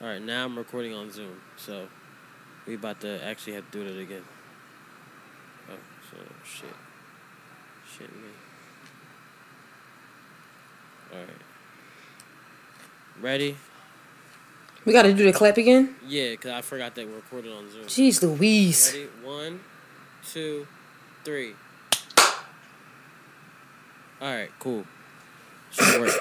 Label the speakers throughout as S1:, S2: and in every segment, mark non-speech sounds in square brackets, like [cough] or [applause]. S1: All right, now I'm recording on Zoom, so we about to actually have to do it again. Oh, so shit, shit me. All right, ready?
S2: We gotta do the clap again?
S1: Yeah, cause I forgot that we're recorded on Zoom.
S2: Jeez Louise.
S1: Ready? One, two, three. All right, cool. Should work.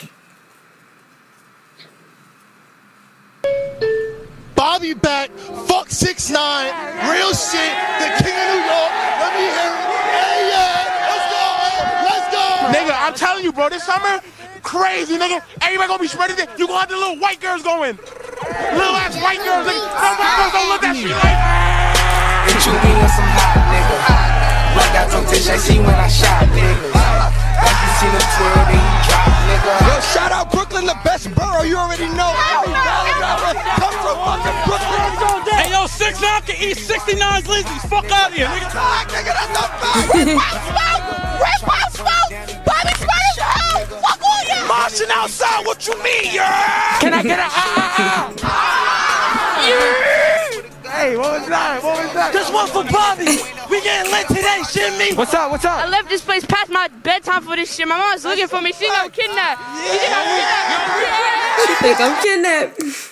S3: Bobby back. Fuck six nine. Real shit. The king of New York. Let me hear it. Hey yeah. Let's go. man. Let's go.
S4: Nigga, I'm telling you, bro, this summer, crazy, nigga. Everybody gonna be shredded. You gonna have the little white girls going. Little ass white girls. Nigga. Some white girls don't look that shit like.
S5: Bitch, you be on some hot nigga. Like I told Tish, I see when I shot niggas. Like you seen him twirl, then he drop nigga.
S3: Yo, shout out Brooklyn, the best borough. You already know. Every dollar dollar comes from fucking Brooklyn. Let's go, Dick.
S6: Hey yo, six nine can eat 69's Lindsay's. Fuck out here, nigga.
S3: Fuck, nigga, that's not fact. Rip my smoke. Rip my smoke. Bobby Spurs home. Fuck all you. Marching outside. What you mean, yeah?
S4: Can I get a ah, ah, ah?
S3: Hey, what was that? What was that?
S4: This one for Bobby. We getting lit today, shit me. What's up? What's
S7: I
S4: up?
S7: left this place past my bedtime for this shit. My mom's looking for me. She got kidnapped. She got kidnapped.
S2: She think I'm kidnapped.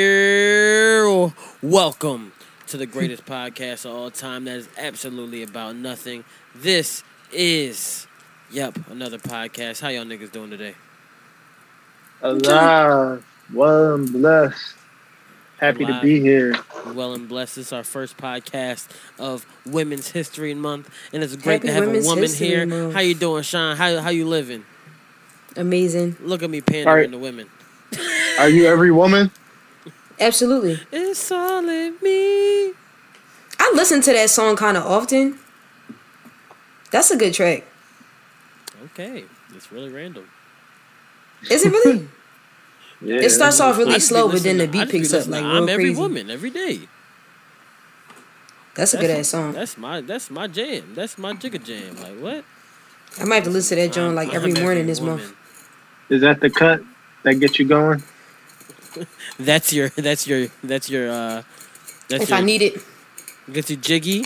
S1: Yeah. Welcome to the greatest podcast of all time that is absolutely about nothing. This is, yep, another podcast. How y'all niggas doing today?
S8: Alive, well and blessed. Happy
S1: Alive.
S8: to be here.
S1: Well and blessed. This is our first podcast of Women's History Month, and it's great
S2: Happy
S1: to have a
S2: Women's
S1: woman
S2: History
S1: here.
S2: Month.
S1: How you doing, Sean? How how you living?
S2: Amazing.
S1: Look at me
S8: All
S1: pandering
S8: right.
S1: to women.
S8: Are you every woman?
S2: Absolutely.
S1: It's all in me.
S2: I listen to that song kind of often. That's a good track.
S1: Okay, it's really random.
S2: Is
S1: [laughs]
S2: it really?
S8: Yeah.
S2: it starts off really
S1: I just be
S2: slow, but
S1: listening-
S2: then the
S1: I
S2: beat
S1: just be
S2: picks up
S1: listening
S2: like
S1: to
S2: real
S1: I'm every
S2: crazy.
S1: woman every day.
S2: That's a good ass song.
S1: That's my that's my jam. That's my jigga jam. Like what?
S2: I might have to listen to that joint like
S1: I'm
S2: every morning this
S1: woman.
S2: month.
S8: Is that the cut that gets you going?
S1: That's your that's your that's your uh that's
S2: If
S1: your
S2: I need it,
S1: gets you jiggy.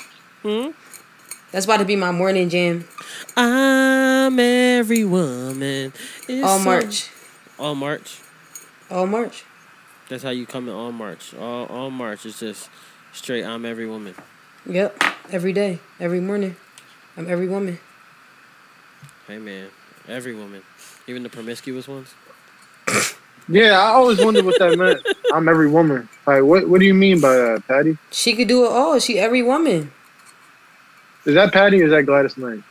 S2: that's about to be my morning jam
S1: I'm every woman. It's
S2: all
S1: so-
S2: March.
S1: All March.
S2: All March.
S1: That's how you come in all March. All all March. It's just straight I'm every woman.
S2: Yep. Every day, every morning. I'm every woman.
S1: Hey man. Every woman. Even the promiscuous ones.
S8: Yeah, I always wondered what that meant. [laughs] I'm every woman. Like, what, what do you mean by that, Patty?
S2: She could do it all. She every woman.
S8: Is that Patty or is that Gladys Knight?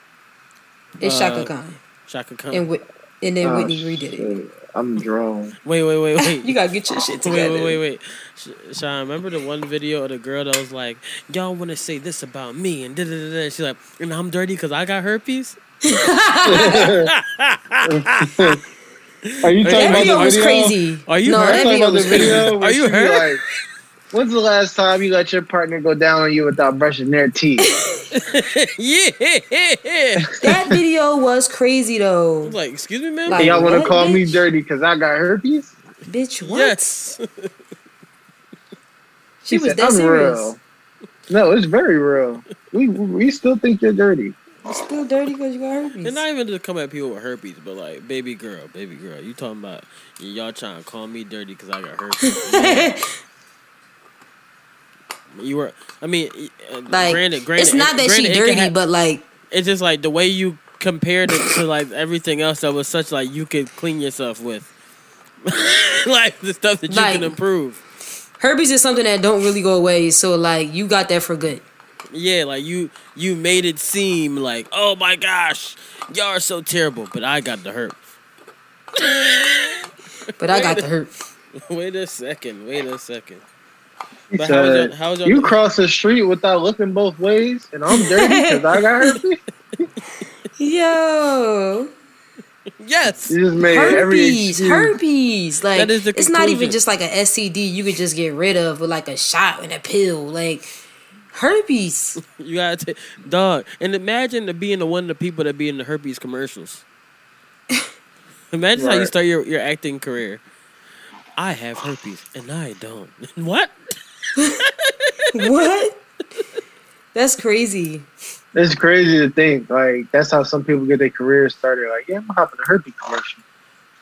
S2: It's
S1: Uh,
S2: Shaka Khan
S1: Shaka Khan.
S2: and Whit- and then
S8: Oh,
S2: Whitney redid it.
S8: shit. I'm drunk.
S1: wait, wait, wait, wait.
S2: [laughs] You gotta get your shit
S1: Wait,
S2: together.
S1: wait, wait, wait. Sh- Sean, remember the one video of the girl that was like, y'all want to say this about me and da da da da. She's like, and I'm dirty because I got
S8: [laughs]
S1: herpes?
S8: Are you
S1: That
S8: talking
S2: That
S8: about
S2: video
S8: the
S2: was
S8: video?
S2: crazy.
S1: Are you
S2: no,
S1: hurt?
S2: that
S8: Talking
S2: video
S8: about the
S2: was crazy.
S8: video where
S1: Are you
S8: she be
S1: hurt?
S8: Like, When's the last time you let your partner go down on you without brushing their
S2: [laughs]
S8: teeth?
S1: [laughs] yeah. [laughs]
S2: That video was crazy though.
S1: I'm like, excuse me, ma'am?
S2: Like-
S8: Y'all want
S2: What,
S8: to call me
S2: bitch?
S8: dirty because I got herpes?
S2: Bitch, what?
S1: yes. [laughs]
S2: She was
S8: said,
S2: that
S8: "I'm
S2: serious.
S8: real." No, it's very real. We we still think you're dirty.
S2: You still dirty because you got herpes.
S1: And not even to come at people with herpes, but like, baby girl, baby girl, you talking about y'all trying to call me dirty because I got herpes?
S2: [laughs]
S1: you were, I mean, uh,
S2: like,
S1: granted, granted,
S2: it's not that
S1: granted,
S2: she
S1: it can
S2: dirty,
S1: hap-
S2: but like,
S1: it's just like the way you compared it to like everything else that was such like you could clean yourself with, [laughs] like the stuff that you
S2: Like-
S1: can improve.
S2: herpes is something that don't really go away. So like, you got that for good.
S1: Yeah, like you you made it seem like oh my gosh, y'all are so terrible, but I got the hurt. [laughs]
S2: But I got the herp.
S1: [laughs] wait a second, wait a second.
S8: He
S1: But how was
S8: said,
S1: your- how was your-
S8: you cross the street without looking both ways, and I'm dirty because I got
S1: [laughs]
S8: herpes.
S2: Yo,
S1: Yes.
S8: You just made every
S2: herpes,
S8: excuse.
S2: herpes. Like,
S1: That is the
S2: it's not even
S1: conclusion.
S2: just like a STD you could just get rid of with like a shot and a pill. Like, herpes.
S1: You gotta take dog. And imagine the being the one of the people that be in the herpes commercials. Imagine how you
S8: Right.
S1: start your, your acting career. I have herpes and I don't. [laughs] what?
S2: what? That's crazy.
S8: It's crazy to think like that's how some people get their careers started. Like, yeah, I'm hopping a herpes commercial.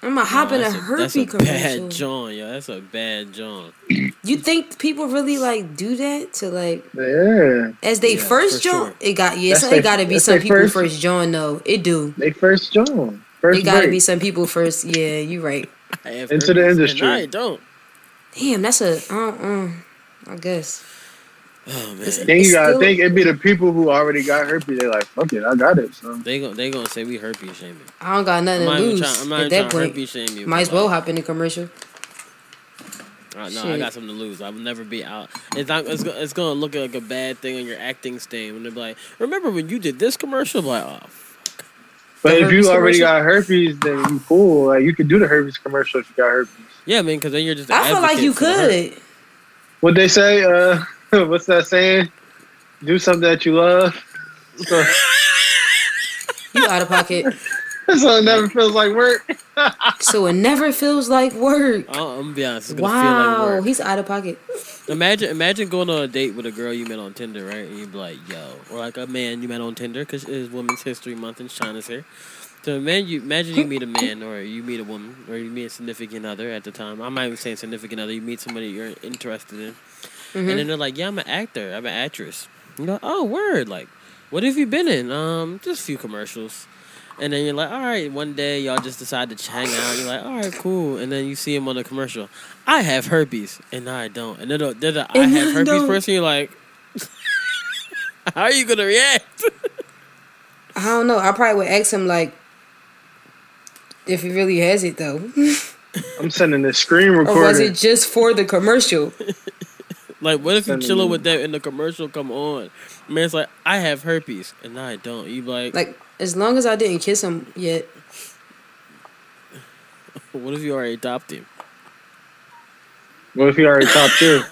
S2: I'm gonna hop in a
S1: That's that's
S2: herpes
S1: bad
S2: commercial.
S1: John, yo. That's a bad John.
S2: You think people really like do that to like
S8: Yeah,
S2: as they
S1: Yeah, for
S2: first join?
S1: sure.
S2: It got yeah,
S8: That's
S2: so
S8: they-
S2: it gotta be
S8: that's
S2: some
S8: they
S2: people
S8: first-
S2: first, join though. It do.
S8: they first joined. First
S2: It gotta
S8: break.
S2: be some people first. Yeah, you right.
S1: I have
S8: Into the
S1: herpes
S8: industry.
S1: And I don't.
S2: Damn, that's a uh uh. I guess.
S1: Oh man.
S2: It's-
S8: Then you
S2: It's
S8: gotta
S2: still-
S8: think it'd be the people who already got herpes. They're like, fuck it, I got it. So
S1: They gon' they gonna say we herpes shaming.
S2: I don't got
S1: I'm
S2: nothing
S1: not
S2: to
S1: even
S2: lose
S1: trying. I'm not
S2: at
S1: even trying
S2: that
S1: to
S2: point.
S1: herpes shame you.
S2: Might as
S1: but,
S2: well
S1: like,
S2: hop in the commercial.
S1: Uh, no, I
S2: Shit.
S1: got something to lose. I'll never be out. It's not, it's, go- it's gonna look like a bad thing on your acting stain when they're like, "Remember when you did this commercial?" I'm like, oh,
S8: But if you
S2: herpes
S8: already
S2: commercial?
S8: got herpes, then you cool. Like you could do the herpes commercial if you got herpes.
S1: yeah, man, because then you're just. an
S2: I feel like
S1: advocate
S2: you
S1: for the herpes.
S2: could.
S8: What they say? Uh, [laughs] what's that saying? Do something that you love. [laughs] So,
S2: You out of pocket.
S8: so it never feels like work.
S2: so it never feels like work.
S1: Oh, I'm gonna be honest. It's gonna feel like
S2: Wow,
S1: work.
S2: he's out of pocket.
S1: Imagine, imagine going on a date with a girl you met on Tinder, right? And you'd be like, "Yo," or like a man you met on Tinder because it's Women's History Month and China's here. So, man, you imagine you meet a man or you meet a woman or you meet a significant other at the time. I'm not even saying significant other. You meet somebody you're interested in, and then they're like, "Yeah, I'm an actor. I'm an actress." You know, oh word, like, what have you been in? Um, just a few commercials. And then you're like, all right, one day y'all just decide to ch- hang out. You're like, all right, cool. And then you see him on a commercial. I have herpes, and I don't. And they're the, they're the I
S2: And
S1: have
S2: I
S1: herpes
S2: don't.
S1: person. You're like, [laughs] how are you gonna react?
S2: I don't know. I probably would ask him like if he really has it though, [laughs]
S8: I'm sending a screen
S2: or was
S8: recorder.
S2: it just for the commercial?
S1: Like, what if you
S8: Send me
S1: chilling
S8: you.
S1: with that and the commercial come on? Man's like, I have herpes, and I don't. You be like,
S2: Like as long as I didn't kiss him yet,
S1: what if you already adopted him?
S8: What if you already top
S2: [laughs]
S8: two?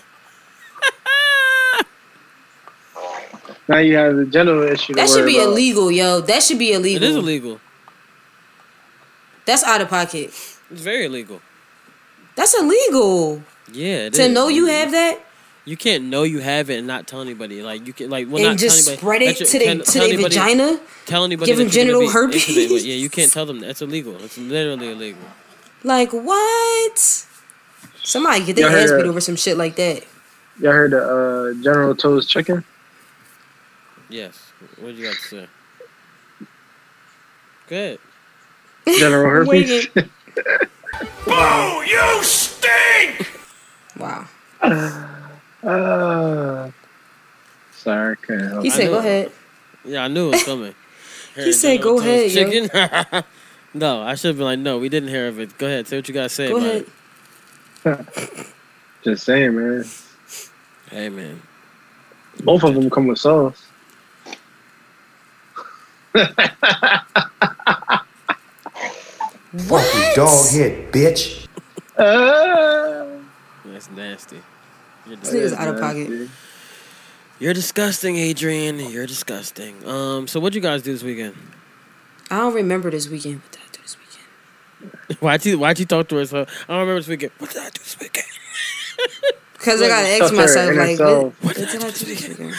S8: now you have the genital issue. To
S2: that should
S8: worry
S2: be
S8: about.
S2: illegal, yo. That should be
S1: It
S2: illegal.
S1: is illegal.
S2: That's out of pocket.
S1: It's very illegal.
S2: That's illegal
S1: Yeah, it
S2: to
S1: is.
S2: know you have that
S1: You can't know you have it and not tell anybody. Like you can, like, well, not
S2: and just
S1: tell anybody,
S2: spread it
S1: that you-
S2: to their
S1: can-
S2: to
S1: tell
S2: their
S1: anybody-
S2: vagina.
S1: Tell anybody
S2: Give
S1: that you're
S2: them
S1: gonna
S2: genital
S1: be intimate with-
S2: herpes.
S1: Yeah, you can't tell them. That's illegal. It's literally illegal.
S2: Like what? Somebody get their
S8: Yeah,
S2: ass beat
S8: yeah.
S2: over some shit like that.
S8: Y'all heard the uh, General Toes chicken?
S1: Yes. What do you got to say? Good.
S2: [laughs]
S8: General herpes.
S2: Wait.
S4: Boo! You stink!
S2: Wow.
S8: [laughs] uh, sorry, couldn't help.
S2: He
S8: it.
S2: said,
S1: know.
S2: "Go ahead."
S1: Yeah, I knew it was coming.
S2: [laughs] He said,
S1: General
S2: "Go ahead,
S1: Tso's
S2: yo."
S1: Chicken. [laughs] no, I should have been like, no, we didn't hear of it. Go ahead. Say what you got to say
S2: Go
S1: about
S2: ahead.
S1: it.
S8: Just saying, man.
S1: Hey, man.
S8: Both of them come with sauce.
S2: What?
S5: Dog hit, bitch.
S8: Uh,
S1: That's nasty. You're
S2: This nigga's
S1: disgusting.
S2: out of pocket.
S1: You're disgusting, Adrian. You're disgusting. Um, so what you guys do this weekend? [laughs]
S2: I don't remember this weekend. What did I do this weekend?
S1: Why'd you Why'd you talk to us? huh? I don't remember this weekend. What did I do this weekend?
S2: Because I gotta
S8: Stuff
S2: ask
S8: her
S2: myself,
S8: inner
S2: like,
S8: self.
S2: what, what did I do this weekend?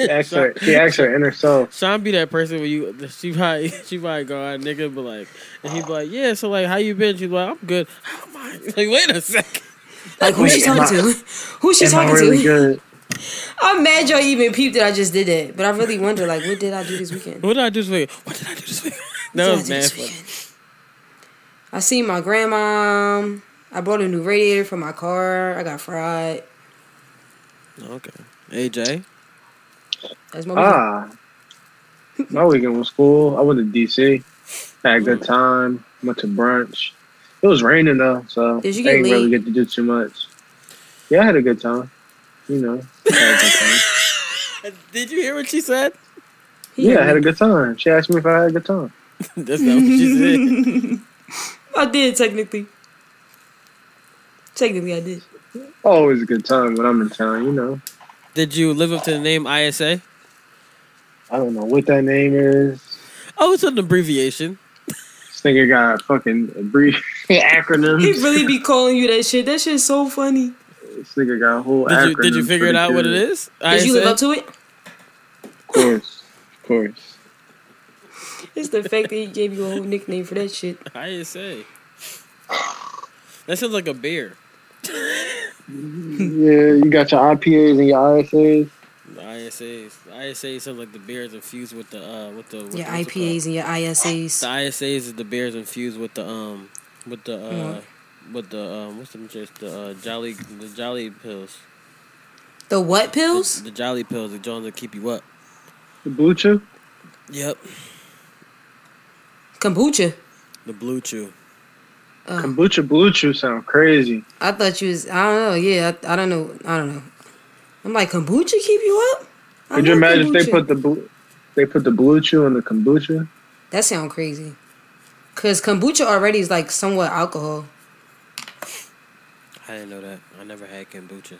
S8: Ask her, she asks her inner self.
S1: Sean be that person where you [laughs] she probably she probably go out nigga but like and he be like yeah so like how you been she be like I'm good [laughs] how am I like wait a second
S2: Like, who she
S8: Wait, am
S2: talking to? Who she
S8: Am I
S2: talking
S8: really
S2: to?
S8: good?
S2: I'm mad y'all even peeped that I just did that. But I really wonder, like, what did I do this weekend? What
S1: what did I do this week what did I do this week
S2: did
S1: that
S2: I
S1: was
S2: do
S1: mad
S2: this
S1: funny
S2: weekend? I seen my grandma. I bought a new radiator for my car. I got fried.
S1: okay AJ
S2: That's my weekend.
S8: Ah, my weekend was cool. I went to DC. Had a good time. Went to brunch. It was raining though, so
S2: Did you
S8: I
S2: get
S8: didn't really
S2: laid?
S8: get to do too much. Yeah, I had a good time. You know, I had a good time.
S1: did you hear what she said
S2: [laughs] He
S8: yeah, I had a
S2: heard me.
S8: good time. She asked me if I had a good time.
S1: [laughs] that's not what she said
S2: I did, technically. Technically, I did.
S8: Always a good time when I'm in town. You know,
S1: [laughs] did you live up to the name ISA
S8: I don't know what that name is.
S1: oh it's an abbreviation
S8: [laughs] This nigga got fucking brief. acronyms. [laughs]
S2: He really be calling you that shit. That shit's so funny.
S8: This nigga got a whole
S1: Did you, did you
S8: acronym
S1: figure
S8: for
S1: it
S8: the
S1: out what it
S8: kid.
S1: is?
S2: Did you live
S1: ISN?
S2: up to it?
S8: Of course, of course.
S2: [laughs] It's the fact that he gave you a whole nickname for that shit.
S1: I didn't say. That sounds like a beer.
S8: Yeah, you got your IPAs and your ISAs.
S1: The ISAs. The ISAs sounds like the beers infused with the uh with the with
S2: Your
S1: what's it called?
S2: IPAs and your
S1: The
S2: ISAs.
S1: ISAs is the beers infused with the um with the uh
S2: Mm-hmm.
S1: with the um what's them just the uh, jolly the jolly pills.
S2: The what pills?
S1: The, the jolly pills, the Jones that keep you up.
S8: The blue chew.
S1: Yep.
S2: Kombucha.
S1: The blue chew.
S8: Kombucha blue chew sound crazy.
S2: I thought you was. I don't know. Yeah, I, I don't know. I don't know. I'm like kombucha keep you up. I
S8: Could you
S2: love
S8: imagine if
S2: kombucha.
S8: they put the blue, they put the blue chew in the kombucha?
S2: that sound crazy? Cause kombucha already is like somewhat alcohol.
S1: I didn't know that. I never had kombucha.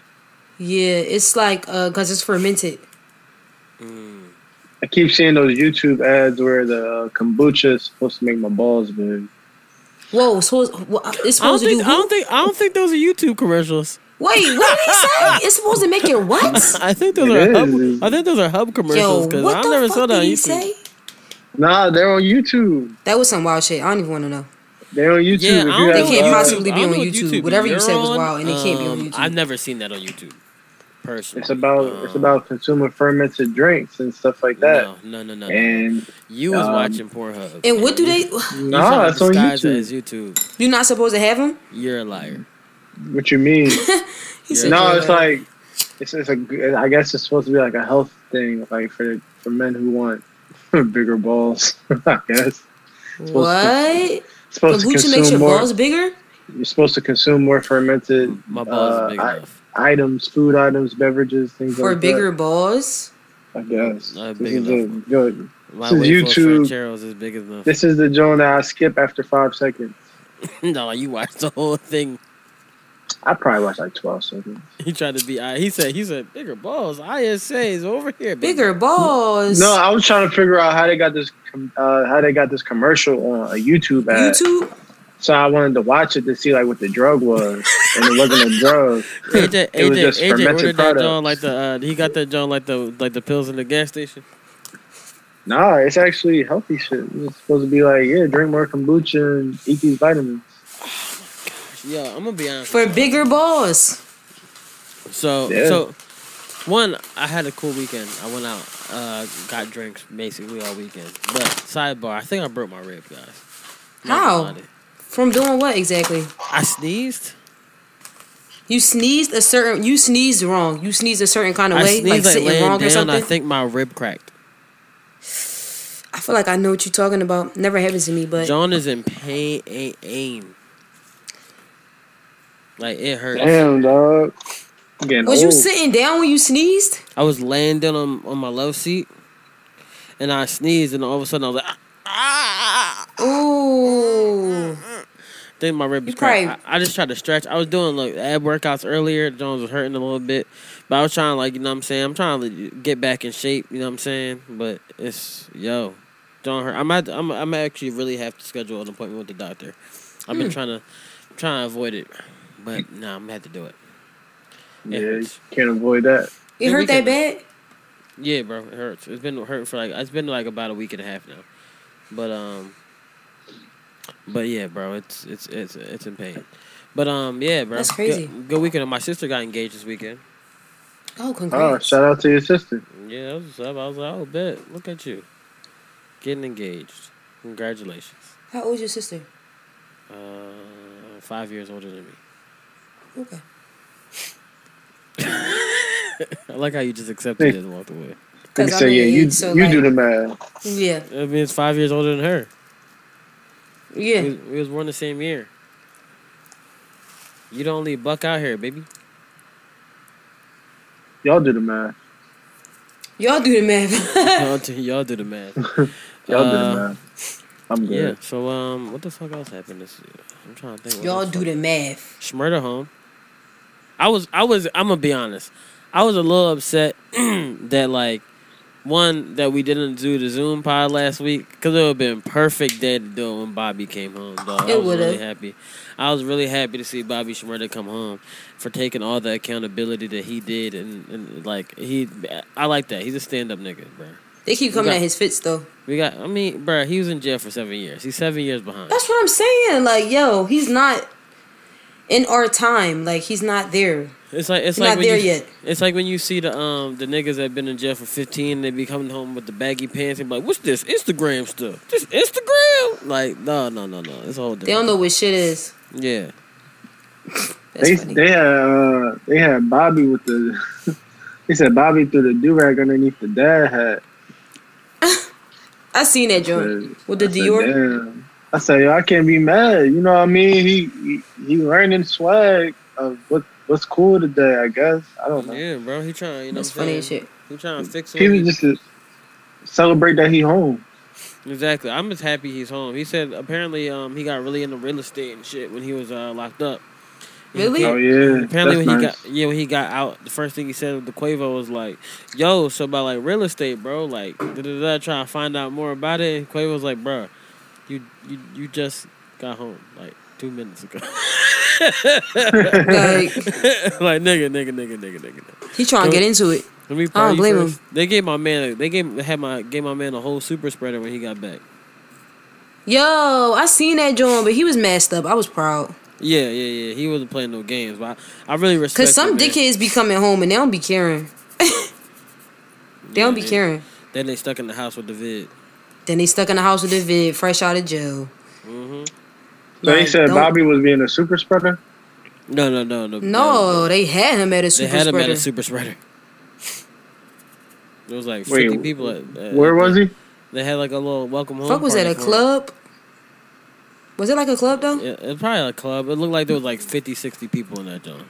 S2: Yeah, it's like uh, cause it's fermented.
S1: Mm.
S8: I keep seeing those YouTube ads where the uh, kombucha is supposed to make my balls big.
S2: Whoa, so it's, wha- it's
S1: I don't
S2: supposed to
S1: think
S2: do.
S1: I don't think I don't think those are YouTube commercials. [laughs]
S2: Wait, what did he say? It's supposed to make it what?
S1: I think those
S8: It
S1: are
S8: is.
S1: hub, I think those are hub
S2: Yo,
S1: commercials
S2: what the
S1: because I never
S2: fuck
S1: saw that
S2: did
S1: on
S2: he
S1: YouTube.
S2: say?
S8: Nah, they're on YouTube.
S2: That was some wild shit. I don't even want to know.
S8: They're on YouTube.
S1: Yeah, I
S8: if you
S1: don't
S8: have
S1: think
S8: uh,
S2: They can't
S1: YouTube-
S2: possibly be
S1: I don't
S2: on
S1: know what
S2: YouTube. Whatever you
S1: you're
S2: said was
S1: on.
S2: wild, and it can't be on YouTube.
S1: um, I've never seen that on YouTube. Personally,
S8: It's about it's
S1: Um,
S8: about consuming fermented drinks and stuff like that.
S1: No, no, no, no.
S8: And
S1: you was
S8: um,
S1: watching Pornhub.
S2: And what do
S1: you-
S2: they?
S1: you
S8: Nah,
S1: trying to
S8: it's on
S1: disguise
S8: YouTube.
S1: it as YouTube.
S2: You're not supposed to have them.
S1: You're a liar.
S8: what you mean?
S2: He
S1: [laughs] Yeah.
S2: said
S8: no,
S2: you're
S8: it's
S2: right.
S8: like it's, it's a. g- I guess it's supposed to be like a health thing, like for for men who want [laughs] bigger balls. [laughs] I guess
S2: what?
S8: it's supposed to
S2: Kombucha
S8: consume
S2: makes your
S8: more.
S2: balls bigger.
S8: You're supposed to consume more fermented
S1: My balls
S8: uh,
S1: are big
S8: I-
S1: enough.
S8: items, food items, beverages, things
S2: Or
S8: like
S2: bigger balls.
S8: that. I guess
S1: Not
S8: this
S1: big
S8: is
S1: enough.
S8: a good.
S1: My
S8: this is
S1: waist full
S8: YouTube.
S1: of Francheros is big enough.
S8: This is the joint that I skip after five seconds.
S1: [laughs] no, you watched the whole thing. [laughs]
S8: I probably watch like twelve seconds.
S1: He tried to be. I- He said. He said bigger balls. ISA is over here. baby."
S2: Bigger balls.
S8: No, I was trying to figure out how they got this com- uh, how they got this commercial on a YouTube ad.
S2: YouTube.
S8: So I wanted to watch it to see like what the
S2: [laughs]
S8: drug was, and it wasn't a drug.
S1: AJ,
S8: It was
S1: AJ,
S8: just
S1: AJ
S8: fermented
S1: ordered that
S8: products.
S1: John like the. Uh, he got that John like the like the pills in the gas station.
S8: Nah, it's actually healthy shit. It's supposed to be like, yeah, drink more kombucha and eat these vitamins.
S1: Yo, I'm gonna be honest.
S2: For bigger balls.
S1: So
S8: Yeah.
S1: so one, I had a cool weekend. I went out, uh, got drinks basically all weekend. But sidebar, I think I broke my rib, guys. Not gonna
S2: How?
S1: lie to you.
S2: From doing what exactly?
S1: I sneezed.
S2: You sneezed a certain. You sneezed wrong. You sneezed a certain kind of
S1: I
S2: way, like
S1: sneezed like,
S2: sitting
S1: laying
S2: wrong or
S1: down.
S2: something.
S1: I
S2: I,
S1: think my rib cracked.
S2: feel like I know what you're talking about. Never happened to me, but
S1: John is in pain, ain't aim. Like it hurts.
S8: Damn, dog. I'm getting
S2: was you
S8: old.
S2: sitting down when you sneezed?
S1: I was laying down on, on my love seat, and I sneezed, and all of a sudden I was like, ah,
S2: Ooh.
S1: think my rib
S2: You
S1: was cracked.
S2: probably-
S1: I, I just tried to stretch. I was doing like ab workouts earlier. Jones was hurting a little bit, but I was trying like you know what I'm saying. I'm trying to get back in shape. You know what I'm saying. But it's yo, don't hurt. I'm at, I'm I'm actually really have to schedule an appointment with the doctor. I've
S2: Hmm.
S1: been trying to trying to avoid it, but no, nah, I'm gonna have to do it.
S8: Yeah,
S1: It
S8: you
S1: hurts.
S8: can't avoid that.
S2: It
S1: Yeah, we
S2: hurt
S1: can-
S2: that bad.
S1: Yeah, bro, it hurts. It's been hurting for like it's been like about a week and a half now, but um, but yeah, bro, it's it's it's it's in pain. But um, yeah, bro,
S2: That's crazy.
S1: Good, good weekend. My sister got engaged this weekend.
S2: Oh,
S8: Oh,
S2: congrats.
S8: shout out to your sister.
S1: Yeah, that was what's up. I was like, oh, bet. Look at you, getting engaged. Congratulations.
S2: How old is your sister?
S1: Uh, five years older than me. [laughs]
S2: Okay.
S1: I like how you just accepted it and walked away.
S8: They
S2: Cause I'm
S8: say, yeah,
S2: your
S8: you
S2: age, so,
S8: you
S2: like-
S8: do the math.
S2: Yeah.
S1: I mean, it's five years older than her. We,
S2: Yeah.
S1: we was born the same year. You don't leave Buck out here,
S2: [laughs]
S1: baby.
S8: Y'all do the math.
S2: Y'all do the math. [laughs]
S1: y'all, do, y'all do the math.
S8: Y'all
S1: Uh,
S8: do the math. I'm
S1: Yeah.
S8: good.
S1: So um, what the fuck else happened this year? I'm trying to think. what
S2: Y'all
S1: the
S2: do
S1: fuck-
S2: the math.
S1: Schmurder home. I was I was I'm gonna be honest. I was a little upset [clears throat] that like One that we didn't do the Zoom pod last week because it would have been perfect day to do it when Bobby came home. Dog, I
S2: It
S1: was really
S2: would've.
S1: happy. I was really happy to see Bobby Shmurda come home for taking all the accountability that he did and, and like he, I like that. He's a stand up nigga, bro.
S2: They keep coming
S1: got-
S2: at his fits though.
S1: We got. I mean, bro, he was in jail for seven years. He's seven years behind.
S2: That's what I'm saying. Like, yo, he's not in our time. Like, he's not there.
S1: It's like it's
S2: Not
S1: like when
S2: there
S1: you,
S2: yet.
S1: It's like when you see the um the niggas that been in jail for fifteen, they be coming home with the baggy pants and be like, "What's this Instagram stuff? This Instagram?" Like, no, no, no, no. It's all
S2: They don't
S1: different.
S2: know what shit is.
S1: Yeah,
S2: That's
S8: They
S2: funny.
S8: they had uh, they had Bobby with the [laughs] they said Bobby threw the do rag underneath the dad hat.
S2: I seen that
S8: Said-
S2: joint with the
S8: I said,
S2: Dior.
S8: "Damn." I said, yo, I can't be mad. You know what I mean? He he, he learning swag of what what's cool today. I guess I don't know.
S1: yeah, bro. He trying, you know,
S2: That's
S1: what I'm
S2: funny as
S1: saying?
S8: [laughs]
S2: shit.
S1: He trying to fix
S8: He was
S1: it.
S8: just to celebrate that he home.
S1: Exactly. I'm just happy he's home. He said apparently um he got really into real estate and shit when he was uh, locked up. He
S2: Really?
S1: came-
S8: Oh yeah,
S1: Apparently,
S8: that's
S1: when he
S8: nice.
S1: got yeah, when he got out, the first thing he said to Quavo was like, "Yo, so about like real estate, bro. Like, da da da, trying to find out more about it." And Quavo was like, "Bro, you you you just got home like two minutes ago. [laughs]
S2: Like,
S1: like nigga, nigga, nigga, nigga, nigga. nigga.
S2: he trying to get into it.
S1: Let me
S2: I don't blame him.
S1: They gave my man. They gave had my gave my man a whole super spreader when he got back.
S2: Yo, I seen that joint, but he was messed up. I was proud.
S1: Yeah, yeah, yeah. He wasn't playing no games, but I, I really respect.
S2: Cause
S1: it,
S2: some
S1: man.
S2: dickheads be coming home and they don't be caring. [laughs] They don't be
S1: Yeah, they-
S2: caring.
S1: Then they stuck in the house with the vid.
S2: Then they stuck in the house with the vid, fresh out of jail.
S1: hmm
S8: So he
S2: Like,
S8: said
S2: don't-
S8: Bobby was being a super spreader.
S1: No, no, no, no.
S2: No, they had him at a
S1: They
S2: super
S1: had him
S2: spreader.
S1: at a super spreader. There was like
S8: Wait,
S1: fifty people. At, at,
S8: Where was he?
S1: They had like a little welcome home.
S2: Fuck was that
S1: party
S2: a
S1: for him.
S2: club? Was it like a club though?
S1: Yeah, it was probably a club. It looked like there was like 50, 60 people in that joint.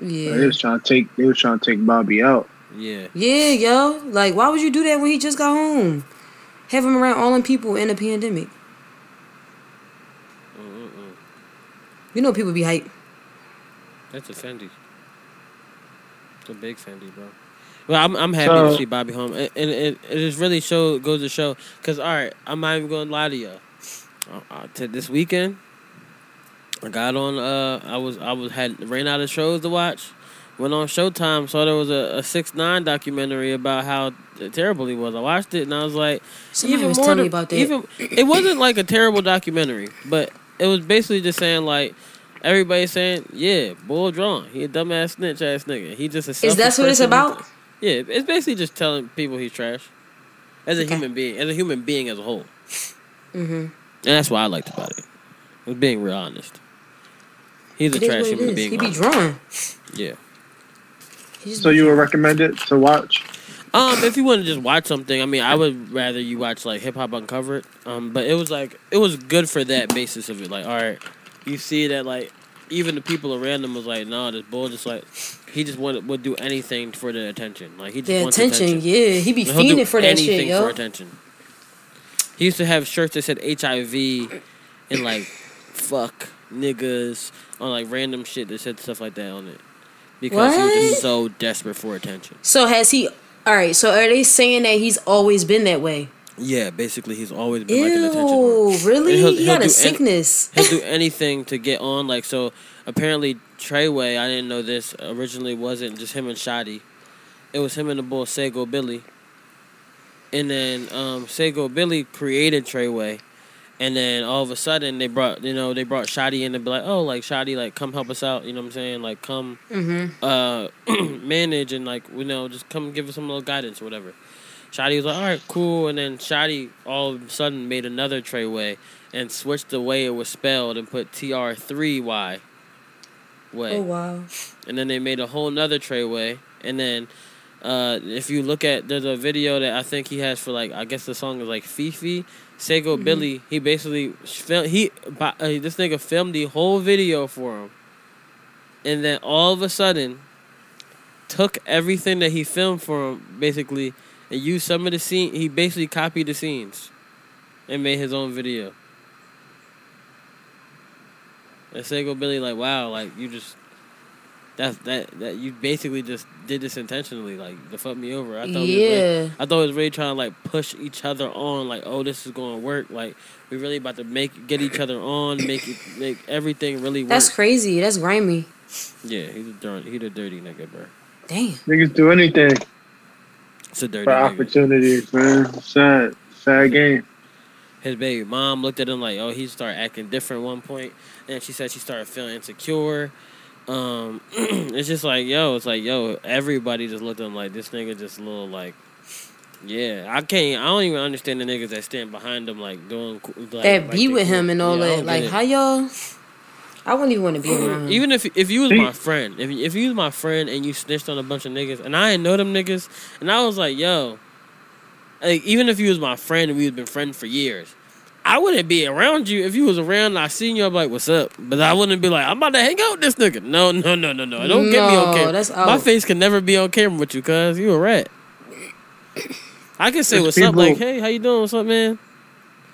S8: They
S2: Yeah.
S8: was trying to take they was trying to take Bobby out.
S1: Yeah,
S2: Yeah, yo. Like, why would you do that when he just got home? Have him around all them people in a pandemic. You know people be hype.
S1: that's a Fendi. It's a big Fendi, bro. Well, I'm I'm happy to
S8: So-
S1: see Bobby home, and, and it it just really show goes to show. Cause all right, I'm not even gonna lie to y'all. Uh, uh, to this weekend, I got on. Uh, I was I was had ran out of shows to watch. Went on Showtime, saw there was a, a six nine documentary about how terrible he was. I watched it and I was like,
S2: Somebody
S1: even
S2: was
S1: more
S2: telling
S1: to-
S2: me about that.
S1: Even it wasn't like a terrible documentary, but it was basically just saying like everybody saying, yeah, bull drawn. He a dumbass snitch ass nigga. He just a
S2: Is that
S1: selfish
S2: what it's
S1: person who-
S2: about?
S1: Yeah, it's basically just telling people he's trash as a
S2: Okay.
S1: human being, as a human being as a whole. Mm-hmm. And that's what I liked about it. Was being real honest. He's a
S2: It is
S1: trash
S2: what it
S1: human
S2: is.
S1: being.
S2: He be
S1: honest.
S2: drawing.
S1: Yeah.
S2: He just
S8: So you would recommend it to watch?
S1: Um, if you want to just watch something, I mean, I would rather you watch like Hip Hop Uncovered. Um, but it was like it was good for that basis of it. Like, all right, you see that like even the people around him was like, nah, this bull just like he just wanted would do anything for the attention. Like he just
S2: the
S1: wants
S2: attention,
S1: attention.
S2: yeah. He be
S1: He'll do
S2: fiending for that shit,
S1: anything for
S2: yo.
S1: attention. He used to have shirts that said HIV and like fuck niggas on like random shit that said stuff like that on it because he was
S2: What?
S1: just so desperate for attention.
S2: So has he? All right. So are they saying that he's always been that way?
S1: Yeah, basically he's always been like an attention. whore.
S2: Ew, really?
S1: And he'll-
S2: he
S1: he'll
S2: got
S1: do
S2: a
S1: any-
S2: sickness.
S1: He'll do anything to get on. Like so, apparently Treyway, I didn't know this originally wasn't just him and Shotty. It was him and the boy Sago Billy. And then um, Sago Billy created Treyway, and then all of a sudden they brought you know they brought Shotty in to be like oh like Shotty like come help us out you know what I'm saying like come uh, [clears throat] manage and like you know just come give us some little guidance or whatever. Shotty was like all right cool, and then Shotty all of a sudden made another Treyway and switched the way it was spelled and put tr three y way,
S2: [laughs] oh wow.
S1: and then they made a whole nother Treyway, and then uh, if you look at there's a video that I think he has for like I guess the song is like Fifi. Sago
S2: Mm-hmm.
S1: Billy, he basically film he bu- uh, this nigga filmed the whole video for him, and then all of a sudden, took everything that he filmed for him basically, and used some of the scene. He basically copied the scenes, and made his own video. And Sago Billy like, wow, like you just That's that that you basically just did this intentionally, like to fuck me over. I thought we was
S2: Yeah.
S1: really, I thought it was really trying to like push each other on, like, oh, this is gonna work. Like we really about to make get each other on, make it make everything really work.
S2: That's crazy. That's grimy.
S1: yeah, he's a dirty he's a dirty nigga, bro.
S2: Damn.
S8: Niggas do anything
S1: It's a dirty
S8: for
S1: nigga.
S8: opportunities, man. Sad, sad game.
S1: his baby mom looked at him like, oh, he started acting different at one point, and she said she started feeling insecure. Um, [clears throat] it's just like, yo, it's like, yo, everybody just looked at him like this nigga just a little like, yeah, I can't, I don't even understand the niggas that stand behind him like doing cool- like,
S2: that
S1: like
S2: be
S1: they
S2: with
S1: cool.
S2: him and all
S1: Yeah, I don't get
S2: that. Like,
S1: it.
S2: how y'all? I wouldn't even want to be around him.
S1: Even if if you was
S8: See-
S1: my friend, if if you was my friend and you snitched on a bunch of niggas, and I didn't know them niggas, and I was like, yo, like, even if you was my friend and we had been friends for years, I wouldn't be around you. If you was around, and I seen you, I'm like, what's up? But I wouldn't be like, I'm about to hang out with this nigga. No, no, no, no, no. Don't get me
S2: No,
S1: on camera.
S2: that's
S1: My
S2: out.
S1: face can never be on camera with you, cause you a rat. I can say
S8: It's
S1: what's up, like,
S8: people-
S1: hey, how you doing? What's up, man?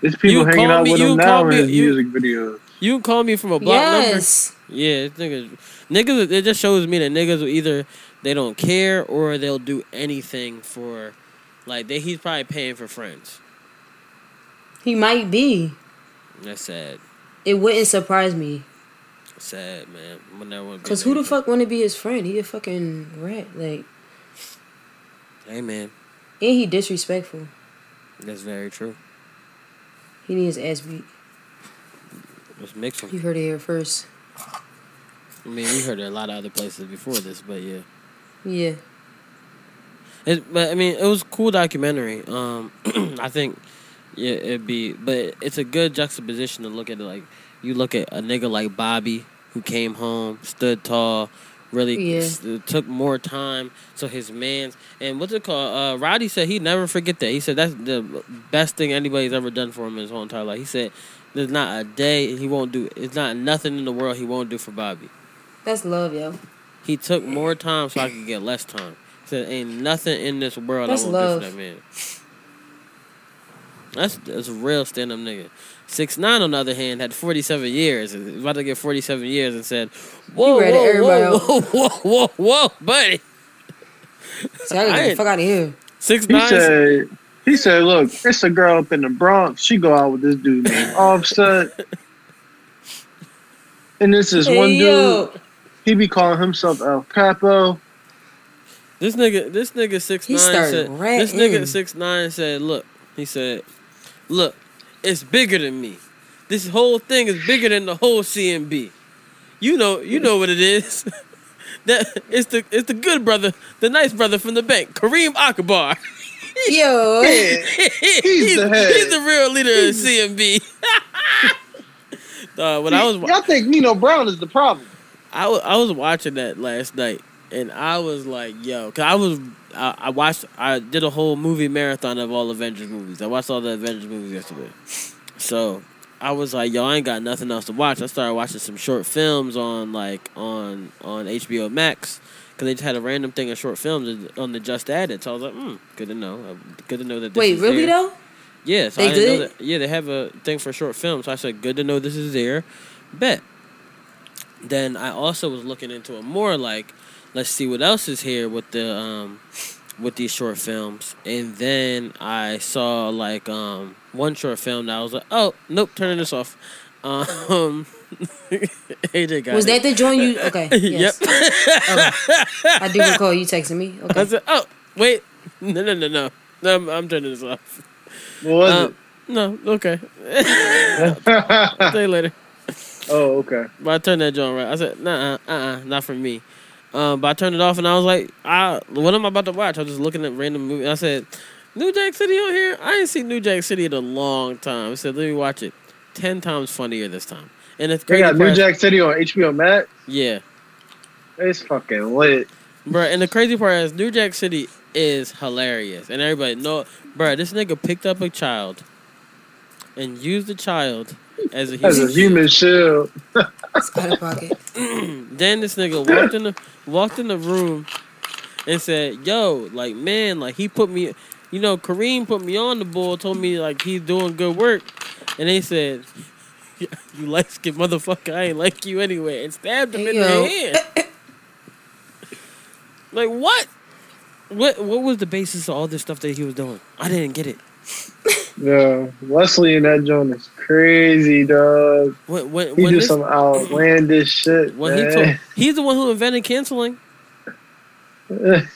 S8: There's people
S1: You
S8: hanging
S1: call
S8: out
S1: me-
S8: with
S1: you
S8: him now
S1: call
S8: in
S1: me-
S8: his
S1: you-
S8: music videos.
S1: You can call me from a block number.
S2: yes.
S1: Yeah, it's niggas, niggas, it just shows me that niggas will either they don't care or they'll do anything for, like they, he's probably paying for friends.
S2: He might be.
S1: That's sad,
S2: It wouldn't surprise me.
S1: sad man. I'm gonna never wanna be
S2: Cause
S1: a
S2: who the
S1: nigga.
S2: fuck want to be his friend? He a fucking rat. Like,
S1: Hey man,
S2: and he disrespectful.
S1: that's very true.
S2: He needs his ass beat.
S1: Let's mix
S2: You
S1: 'em.
S2: heard it here first.
S1: I mean, we heard it a lot of other places before this, but yeah.
S2: Yeah.
S1: It, but I mean, it was a cool documentary. Um, [clears throat] I think yeah, it'd be, but it's a good juxtaposition to look at. It. Like you look at a nigga like Bobby who came home, stood tall, really
S2: Yeah.
S1: s- it took more time. So his man's and what's it called? Uh, Roddy said he never forget that. He said that's the best thing anybody's ever done for him in his whole entire life. He said there's not a day he won't do. It's not nothing in the world he won't do for Bobby.
S2: That's love, yo.
S1: He took more time so I could get less time. Said ain't nothing in this world
S2: That's
S1: I won't
S2: love.
S1: do for that man. That's that's a real stand up nigga. Six nine on the other hand had forty seven years. and About to get forty seven years and said, Whoa,
S2: read it,
S1: whoa, whoa,
S2: everybody
S1: whoa, whoa, whoa, whoa, buddy.
S2: So I gotta
S1: I
S2: get the
S1: ain't-
S2: fuck out of here.
S1: Six
S8: He
S1: nine
S8: said, he said, look, it's a girl up in the Bronx. She go out with this
S1: [laughs]
S8: dude named Offset. And this is one
S2: Hey,
S8: dude.
S2: yo.
S8: He be calling himself El Capo.
S1: This nigga, this nigga six
S2: He
S1: nine
S2: started
S1: said. This nigga
S2: ranting.
S1: six nine said, "Look," he said, "Look, it's bigger than me. This whole thing is bigger than the whole CMB. You know, you know what it is. [laughs] that it's the it's the good brother, the nice brother from the bank, Kareem Akbar. [laughs]
S2: Yo.
S1: he's,
S8: the head.
S1: he's the real leader of [laughs] CMB." Dawg, when I was
S8: Y'all think Nino Brown is the problem?
S1: I wa- I was watching that last night, and I was like, "Yo," because I was I, I watched I did a whole movie marathon of all Avengers movies. I watched all the Avengers movies yesterday, so I was like, "Yo, I ain't got nothing else to watch." I started watching some short films on like on on HBO Max because they just had a random thing of short films on the Just Added. So I was like, "Hmm, good to know. Good to know that." This
S2: Wait,
S1: is
S2: really
S1: there.
S2: though?
S1: Yeah, so
S2: They
S1: I didn't know
S2: did?
S1: that. Yeah, they have a thing for short films. So I said, good to know this is there. Bet. Then I also was looking into it more like, let's see what else is here with the um with these short films. And then I saw like um one short film that I was like, oh nope, turning this off. Um, [laughs] AJ got
S2: Was
S1: it.
S2: that the joint you? Okay. Yes.
S1: [laughs] Yep.
S2: I do recall you texting me.
S1: [laughs] [laughs] I
S2: Okay.
S1: said, oh wait, no no no no, no I'm, I'm turning this off.
S8: What was
S1: Um, no, okay. [laughs]
S8: it?
S1: See you later.
S8: oh, okay.
S1: But I turned that joint right. I said, nah, uh, uh, not for me. Um, but I turned it off and I was like, I, what am I about to watch? I was just looking at random movies. I said, New Jack City on here? I ain't seen New Jack City in a long time. I said, let me watch it. 10 times funnier this time. And it's
S8: They
S1: crazy.
S8: got New
S1: part-
S8: Jack City on HBO Max.
S1: Yeah.
S8: It's fucking lit.
S1: Bruh, and the crazy part is New Jack City is hilarious. And everybody know, bruh, this nigga picked up a child and used the child as a human.
S8: That's a human shield.
S2: It's out of pocket.
S1: Then this nigga walked in the walked in the room and said, "Yo, like man, like he put me, you know, Kareem put me on the ball, told me like he's doing good work." And they said, [laughs] "You light skinned motherfucker, I ain't like you anyway," and stabbed him in
S2: Yo.
S1: the hand. Like what? What what was the basis of all this stuff that he was doing? I didn't get it.
S8: Yeah, Wesley and that joint is crazy, dog.
S1: What when
S8: He
S1: when,
S8: do
S1: this,
S8: some outlandish shit.
S1: when he told,
S8: man.
S1: he's the one who invented canceling.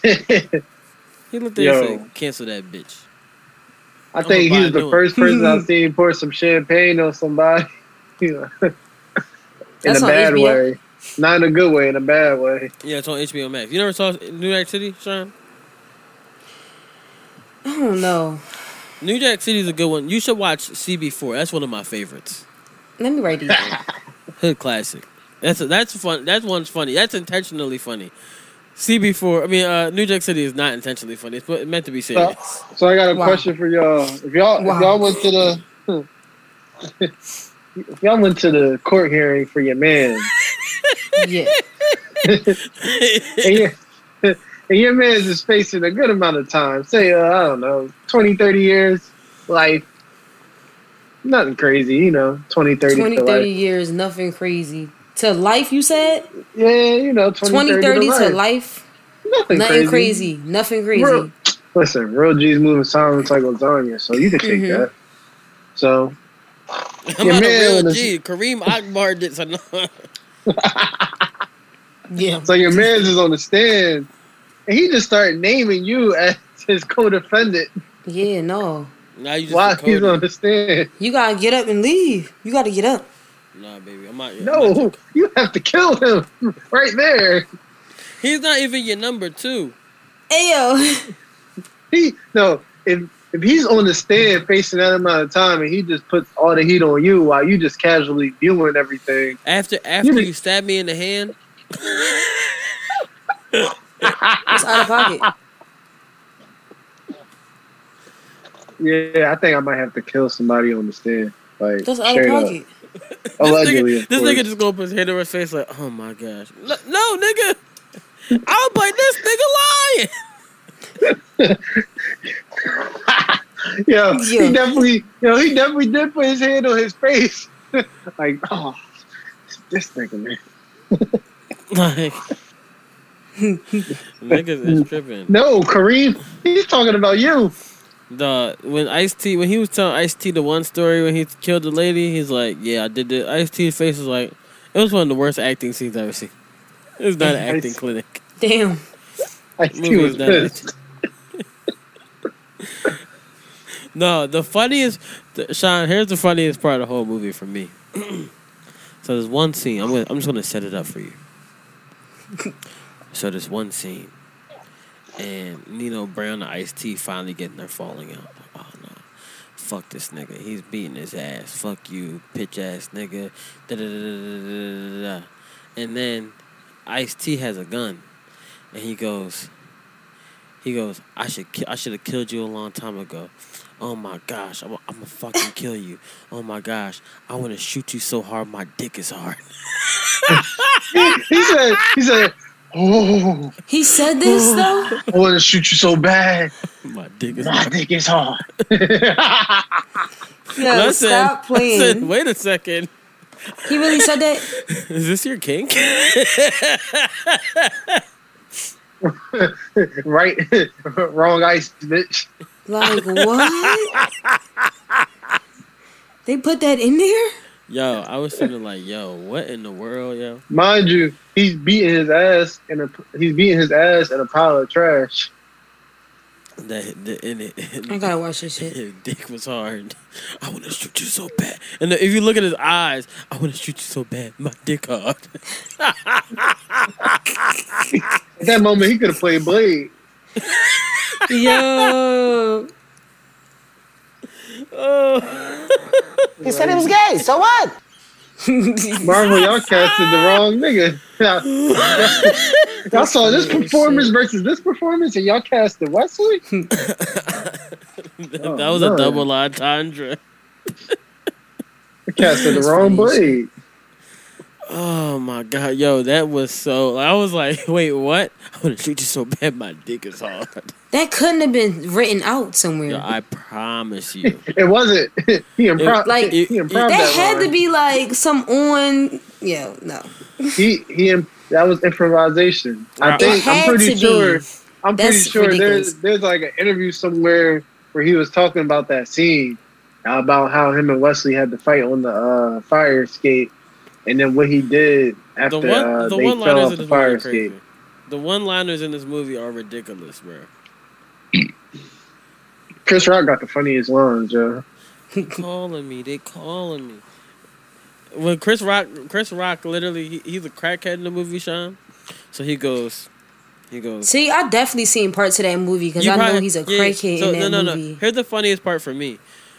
S1: He looked at it
S8: Yo.
S1: and said, "Cancel that bitch."
S8: [laughs] I
S1: gonna
S8: think
S1: buy
S8: he's
S1: a new
S8: the
S1: one.
S8: first
S1: [laughs]
S8: person I've seen pour some champagne on somebody. [laughs] in
S2: That's
S8: a
S2: on
S8: bad
S2: HBO.
S8: way. Not in a good way, in a bad way.
S1: Yeah, it's on HBO Max. You never saw New Jack City, Sean?
S2: I don't know.
S1: New Jack City is a good one. You should watch CB4. That's one of my favorites.
S2: Let me write these. down.
S1: Hood classic. That's that's fun. That one's funny. That's intentionally funny. CB4. I mean, uh, New Jack City is not intentionally funny. It's meant to be serious.
S8: So I got a
S2: Wow.
S8: question for y'all. If y'all
S2: Wow.
S8: if y'all went to the [laughs] if y'all went to the court hearing for your man,
S2: yeah.
S1: [laughs]
S8: and your, [laughs] and your man's is facing a good amount of time, say uh, I don't know, 20, 30 years, life. Nothing crazy, you know, 20, 30,
S2: 20,
S8: to
S2: 30
S8: life.
S2: years, nothing crazy. To life, you said?
S8: Yeah, you know, 20,
S2: 20,
S8: 30,
S2: 30 to
S8: life.
S2: life?
S8: Nothing,
S2: Nothing
S8: crazy.
S2: crazy. Nothing crazy.
S8: Real- Listen, real G's moving silence like lasagna, so you can take
S2: Mhm.
S8: that. So
S1: I'm
S8: Your
S1: not
S8: man
S1: a real
S8: was-
S1: G. Kareem Akbar did some. [laughs]
S2: Yeah.
S8: So your man's is on the stand, and he just started naming you as his co-defendant
S2: Yeah, no.
S1: now you just
S8: while he's
S1: recording.
S8: on the stand.
S2: You gotta get up and leave. You gotta get up.
S1: Nah, baby, I'm not. I'm not-
S8: No, you have to kill him [laughs] right there.
S1: he's not even your number two.
S2: Ayo. [laughs]
S8: He no, if if he's on the stand facing that amount of time, and he just puts all the heat on you while you just casually viewing everything.
S1: After after
S8: be-
S1: you stab me in the hand,
S2: It's out of pocket.
S8: Yeah, I think I might have to kill somebody on the stand. Like
S2: That's out of
S8: straight up,
S2: pocket.
S1: this
S8: allegedly.
S1: nigga,
S8: of
S1: this
S8: course.
S1: nigga just gonna put his hand over his face like, oh my gosh, no, no nigga, I was like this nigga lying.
S8: Yo,
S2: Yeah.
S8: he definitely, yo, he definitely did put his hand on his face. [laughs] like, oh, this nigga, man.
S1: [laughs] Like, niggas is tripping.
S8: No, Kareem, he's talking about you.
S1: The when Ice T when he was telling Ice T the one story when he killed the lady, he's like, yeah, I did the Ice T's face was like, it was one of the worst acting scenes I've ever seen. It was not an acting
S8: [laughs] Ice-
S1: clinic.
S2: Damn.
S8: Like, he
S1: Movie
S8: was
S1: was not an
S8: pissed. [laughs]
S1: [laughs] No, the funniest, th- Sean. Here's the funniest part of the whole movie for me. [clears throat] so there's one scene. I'm gonna, I'm just gonna set it up for you. so there's one scene, and Nino Brown and Ice T finally getting their falling out. Like, oh no, fuck this nigga. He's beating his ass. Fuck you, bitch ass nigga. Da-da-da-da-da-da-da-da. And then Ice T has a gun, and he goes, he goes, I should ki- I should have killed you a long time ago. Oh my gosh, I'm I'm gonna fucking kill you. Oh my gosh, I want to shoot you so hard my dick is hard. [laughs]
S8: He said, he said, oh,
S2: He said this though?
S8: I want to shoot you so bad.
S1: my dick is
S8: My
S1: hard.
S8: dick is hard.
S2: Yo,
S1: I said-
S2: stop
S1: I
S2: playing.
S1: said, Wait a second, [laughs]
S2: he really said that?
S1: is this your kink? [laughs]
S8: right, [laughs] wrong ice, bitch.
S2: Like what? they put that in there?
S1: yo, I was sitting there like, yo, what in the world, yo?
S8: Mind you, he's beating his ass in a he's beating his ass in a pile of trash.
S1: That the, and it, [laughs]
S2: I gotta watch this shit.
S1: his dick was hard. I want to shoot you so bad. And if you look at his eyes, I want to shoot you so bad. My dick hard. [laughs]
S8: At that moment, he could have played Blade.
S2: Yo.
S1: Oh.
S9: He said he was gay, so what?
S8: Marvel, y'all casted the wrong nigga. [laughs] y'all saw this performance versus this performance, and y'all casted Wesley.
S1: [laughs] that was
S8: man.
S1: a double entendre.
S8: They Casted the wrong blade.
S1: Oh my god, yo, that was so. I was like, [laughs] wait, what? I'm gonna shoot you so bad, my dick is hard.
S2: That couldn't have been written out somewhere.
S1: Yo, [laughs] I promise you.
S8: It wasn't. he improv.
S2: Like,
S8: he improv
S2: that
S8: that,
S2: had
S8: line.
S2: to be like some on. Yeah, no.
S8: he he. im- That was improvisation. I
S6: Wow.
S2: It
S8: think I'm
S2: had
S8: pretty
S2: to
S8: sure.
S2: be.
S8: I'm
S2: That's
S8: pretty sure
S2: ridiculous.
S8: there's there's like an interview somewhere where he was talking about that scene about how him and Wesley had to fight on the uh, fire escape, and then what he did [laughs] after
S1: The one,
S8: uh,
S1: the
S8: they
S1: one
S8: fell
S1: liners in
S8: off the
S1: this
S8: fire
S1: movie are crazy.
S8: escape.
S1: The one liners in this movie are ridiculous, bro.
S8: Chris Rock got the funniest lines, yo.
S1: calling me. They calling me. When Chris Rock, Chris Rock, literally, he, he's a crackhead in the movie, Sean. So he goes, he goes.
S2: [laughs] See, I definitely seen parts of that movie because
S1: You
S2: I know
S1: probably-
S2: he's a
S1: yeah,
S2: crackhead
S1: so-
S2: in that
S1: no, no,
S2: movie.
S1: No. Here's the funniest part for me.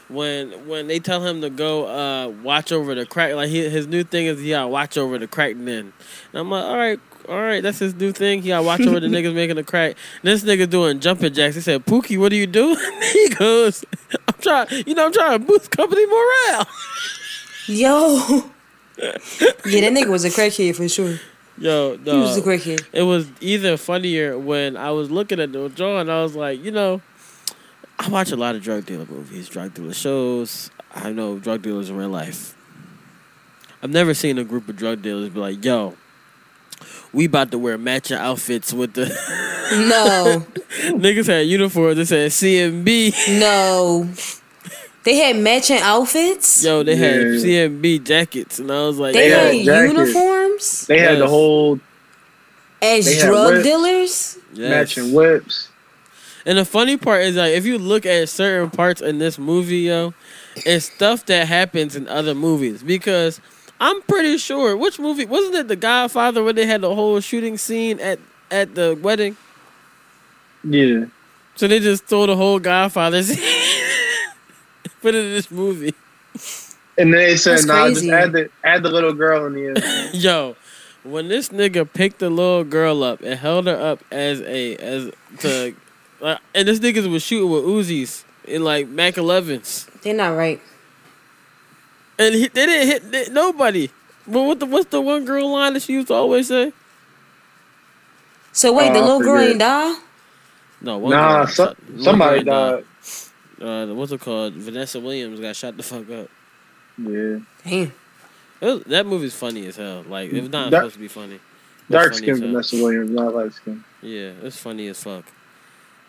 S1: When when they tell him to go uh, watch over the crack, like he, his new thing is he gotta watch over the crack men. And I'm like, all right, all right, that's his new thing. He gotta watch over
S2: [laughs]
S1: the niggas making the crack. And this nigga doing jumping jacks. He said, Pookie, what are you doing? [laughs] he goes, I'm trying, you know, I'm trying to boost company morale. [laughs]
S2: Yo. [laughs] yeah, that nigga was a crackhead for sure.
S1: Yo,
S2: He was
S1: no.
S2: a crackhead.
S1: it was either funnier when I was looking at the Joe and I was like, you know, I watch a lot of drug dealer movies, drug dealer shows. I know drug dealers in real life. I've never seen a group of drug dealers be like, yo, we about to wear matching outfits with the [laughs]
S2: No,
S1: niggas had uniforms that said CMB.
S2: no. They had matching outfits.
S1: Yo, they had
S8: Yeah.
S1: CMB jackets, and I was like,
S2: they
S1: yo,
S8: had
S2: had
S8: jackets.
S2: uniforms
S8: They had the
S1: Yes.
S8: whole
S2: as
S8: They had
S2: drug
S8: whips.
S2: dealers.
S1: yes.
S8: matching whips.
S1: And the funny part is like if you look at certain parts in this movie, yo, it's stuff that happens in other movies because I'm pretty sure which movie wasn't it The Godfather where they had the whole shooting scene at at the wedding.
S8: Yeah,
S1: So they just stole the whole Godfather [laughs] scene, put it in this movie. [laughs]
S8: and then they said,
S2: That's
S8: "Nah,
S2: crazy.
S8: just add the add the little girl in the end."
S1: Yo, when this nigga picked the little girl up and held her up as a as to, like, and this niggas was shooting with Uzis and like Mac 11s.
S2: They're not right.
S1: And he, they didn't hit they, nobody. But what the what's the one girl line that she used to always say?
S2: So wait, the
S8: Oh, I
S2: little girl
S8: forget.
S2: ain't die.
S1: No, one
S8: nah,
S1: girl-
S8: so,
S1: one
S8: somebody
S1: girl
S8: died.
S1: died. Uh, what's it called? Vanessa Williams got shot the fuck up.
S8: Yeah,
S2: Damn.
S1: It was- that movie's funny as hell. Like it's not
S8: That-
S1: supposed to be funny. It's
S8: dark
S1: funny
S8: skin
S1: as hell.
S8: Vanessa Williams, not light skin.
S1: Yeah, it's funny as fuck.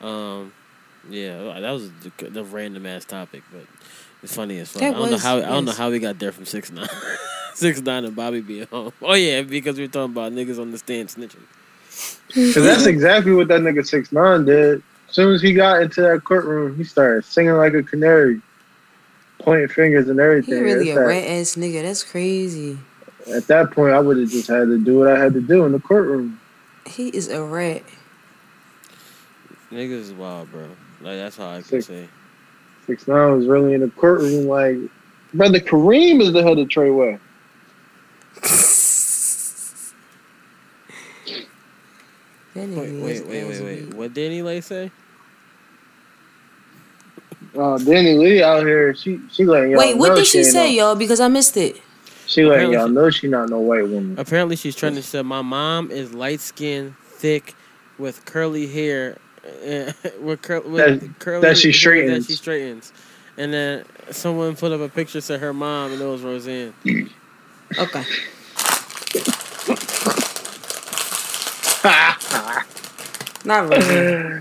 S1: Um, yeah, that was the, the random ass topic, but it's funny as fuck.
S2: That
S1: I don't
S2: was-
S1: know how I don't know
S2: yes.
S1: how we got there from six nine. [laughs] Six nine and Bobby being home. Oh yeah, because we were talking about niggas on the stand snitching.
S8: Cause that's exactly what that nigga six nine did. As soon as he got into that courtroom, he started singing like a canary, pointing fingers and
S2: He
S8: everything.
S2: really
S8: It's
S2: a
S8: that-
S2: rat ass nigga. That's crazy.
S8: at that point, I would have just had to do what I had to do in the courtroom.
S2: He is a rat.
S1: Niggas is wild, bro. Like that's how I can
S8: Sick.
S1: say.
S8: Six nine was really in the courtroom, like brother Kareem is the head of Treyway.
S2: That nigga
S1: Wait,
S2: is
S1: wait, wait,
S2: ass
S1: wait, wait.
S2: beat.
S1: What did Eli say?
S8: Uh, Danny Lee out here, she she letting y'all
S2: Wait, what
S8: know
S2: did she
S8: ain't
S2: say,
S8: no,
S2: y'all? Because I missed it.
S8: She letting
S1: Apparently
S8: y'all
S1: she-
S8: know she not no white woman.
S1: Apparently, she's trying to say my mom is light skinned, thick, with curly hair, [laughs] eh, with, cur- with
S8: That-
S1: curly
S8: that she
S1: hair
S8: straightens.
S1: That she straightens. And then someone put up a picture said her mom, and it was Roseanne.
S2: Okay. Not really.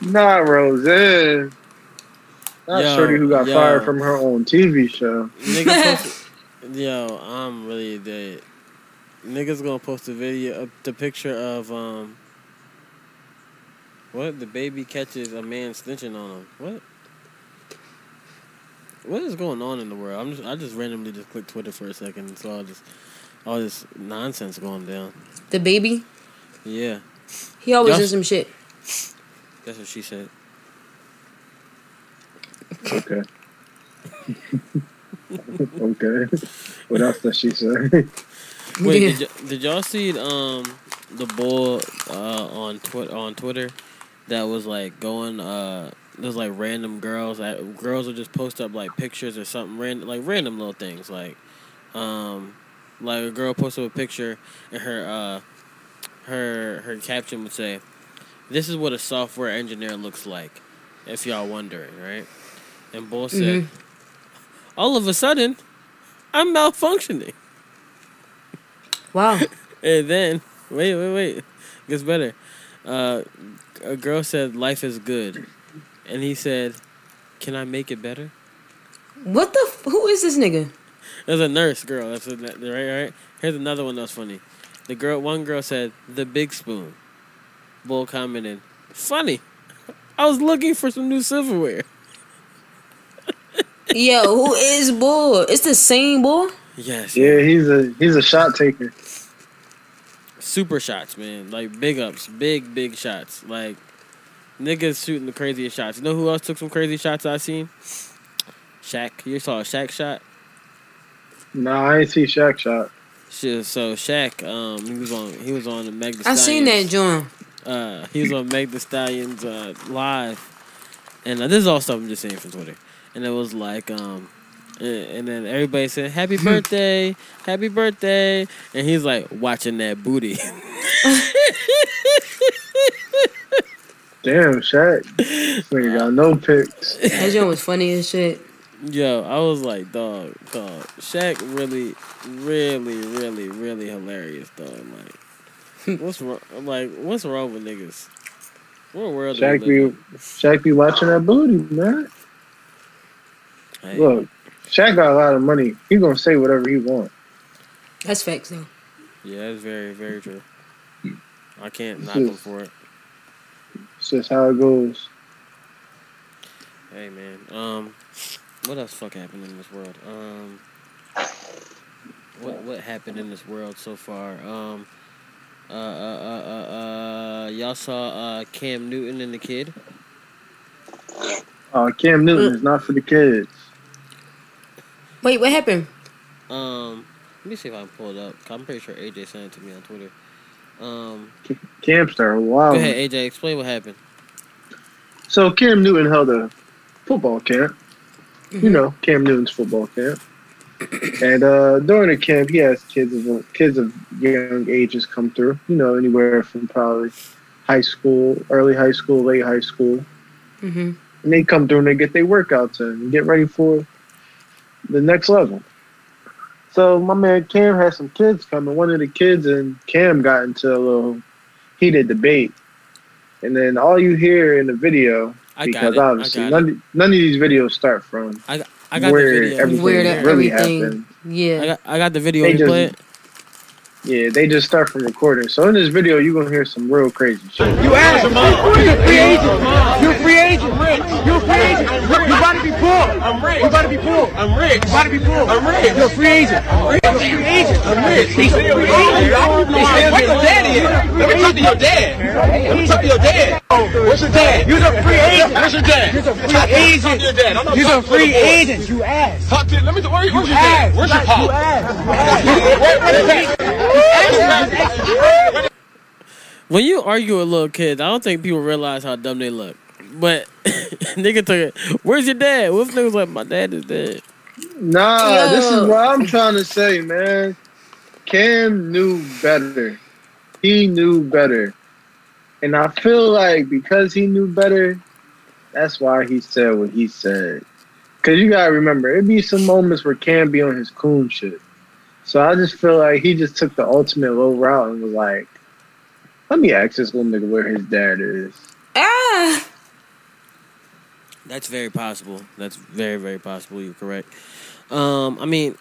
S8: Nah, Roseanne. Not
S1: Yo,
S8: Shorty who got
S1: yo.
S8: fired from her own TV show.
S1: Niggas posted, yo, I'm really dead. Niggas gonna post a video, of the picture of um, what the baby catches a man snitching on him. What? What is going on in the world? I'm just, I just randomly just clicked Twitter for a second and saw all this, all this nonsense going down.
S2: The baby,
S1: Yeah,
S2: he always
S1: Yes.
S2: does some shit.
S1: that's what she said.
S8: [laughs] Okay. okay. What else does she say?
S1: Wait,
S2: Yeah.
S1: did, y- did y'all see um the bull uh, on Twitter on Twitter that was like going uh there's like random girls that girls would just post up like pictures or something random like random little things like um like a girl posted a picture and her uh her her caption would say this is what a software engineer looks like if y'all wondering right and bull said all of a sudden I'm malfunctioning.
S2: [laughs] Wow.
S1: And then wait, wait, wait. Gets better. Uh, a girl said life is good, and he said, "Can I make it better?"
S2: What the? F- who is this nigga?
S1: There's a nurse girl. That's a, right. Right. Here's another one that's funny. The girl, one girl said, "The big spoon." Bull commented, "Funny." [laughs] I was looking for some new silverware.
S2: Yo, who is Bull? It's the same Bull.
S1: Yes.
S8: [laughs] Yeah, he's a he's a shot taker.
S1: super shots, man. Like big ups, big big shots. Like niggas shooting the craziest shots. You know who else took some crazy shots I seen? Shaq. You saw a Shaq shot.
S8: No, I ain't see Shaq shot.
S1: Shit. So Shaq, um, he was on he was on the Meg. The
S2: I seen that
S1: Stallion's,
S2: John.
S1: Uh, he was on Meg the Stallion's uh, live, and uh, this is all stuff I'm just saying from Twitter. And it was like, um, and, and then everybody said,
S2: [laughs]
S1: "Happy birthday, happy birthday," and he's like watching that booty.
S2: [laughs]
S1: [laughs]
S8: Damn, Shaq. This nigga got no [laughs] picks.
S2: That John was funny as shit.
S1: Yo, I was like, dog, dog. Shaq really, really, really, really hilarious, dog. Like, what's wrong? I'm like, what's wrong with niggas? What world? do we
S8: Shaq
S1: live in?
S8: be Shaq be watching that booty, man.
S1: Hey,
S8: Look, Shaq got a lot of money. He gonna say whatever he want.
S2: That's facts though.
S1: Yeah, that's very, very true. I can't knock him for it.
S8: It's just how it goes.
S1: Hey, man. Um, what else fuck happened in this world? Um, what what happened in this world so far? Um, uh, uh, uh, uh, uh y'all saw uh Cam Newton and the kid.
S8: Uh, Cam Newton is not for the kids.
S2: Wait, what happened?
S1: Um, let me see if I can pull it up. 'cause I'm pretty sure AJ sent it to me on Twitter. Um,
S8: Camster,
S1: go
S8: wow.
S1: ahead, AJ. Explain what happened.
S8: So Cam Newton held a football camp. You know, Cam Newton's football camp. And uh, during the camp, he has kids of kids of young ages come through. You know, anywhere from probably high school, early high school, late high school,
S2: Mm-hmm.
S8: and they come through and they get their workouts in and get ready for the next level. So my man Cam had some kids coming. One of the kids and Cam got into a little heated debate, and then all you hear in the video
S1: I
S8: because
S1: got it.
S8: obviously
S1: I got it.
S8: none, none of these videos start from
S1: I got the
S8: where
S1: video.
S8: everything
S2: Where the-
S8: really
S2: everything-
S8: happened.
S1: I
S2: Yeah.
S1: got, I got the video.
S8: They
S1: You
S8: just-
S1: play it?
S8: Yeah, they just start from recording. So in this video, you're gonna hear some real crazy shit.
S5: You ass. You're a free agent. You're a free agent. You're a free agent. You gotta be poor. I'm rich. You gotta be poor. I'm rich. You gotta be poor. I'm rich. You're a free agent. I'm rich. You're a free agent. I'm rich. He's a free agent. Where your dad is? Let me talk to your dad. Let me talk to your dad. What's your dad? You're a free agent. What's your dad? You're a free agent. Your dad. I'm not You're a free agent. You ass. Talk to. Let me. Where, where's your dad? Where's your pop? You ass.
S1: When you argue with little kids, I don't think people realize how dumb they look. But [laughs] nigga took it. Where's your dad? What if nigga was like, my dad is dead?
S8: Nah, this
S2: Yo.
S8: is what I'm trying to say, man. Cam knew better. He knew better. And I feel like because he knew better, that's why he said what he said. Cause you gotta remember, it'd be some moments where Cam be on his coon shit. So I just feel like he just took the ultimate low route and was like, let me ask this little nigga where his dad is.
S2: Ah.
S1: That's very possible. That's very, very possible. You're correct. Um, I mean,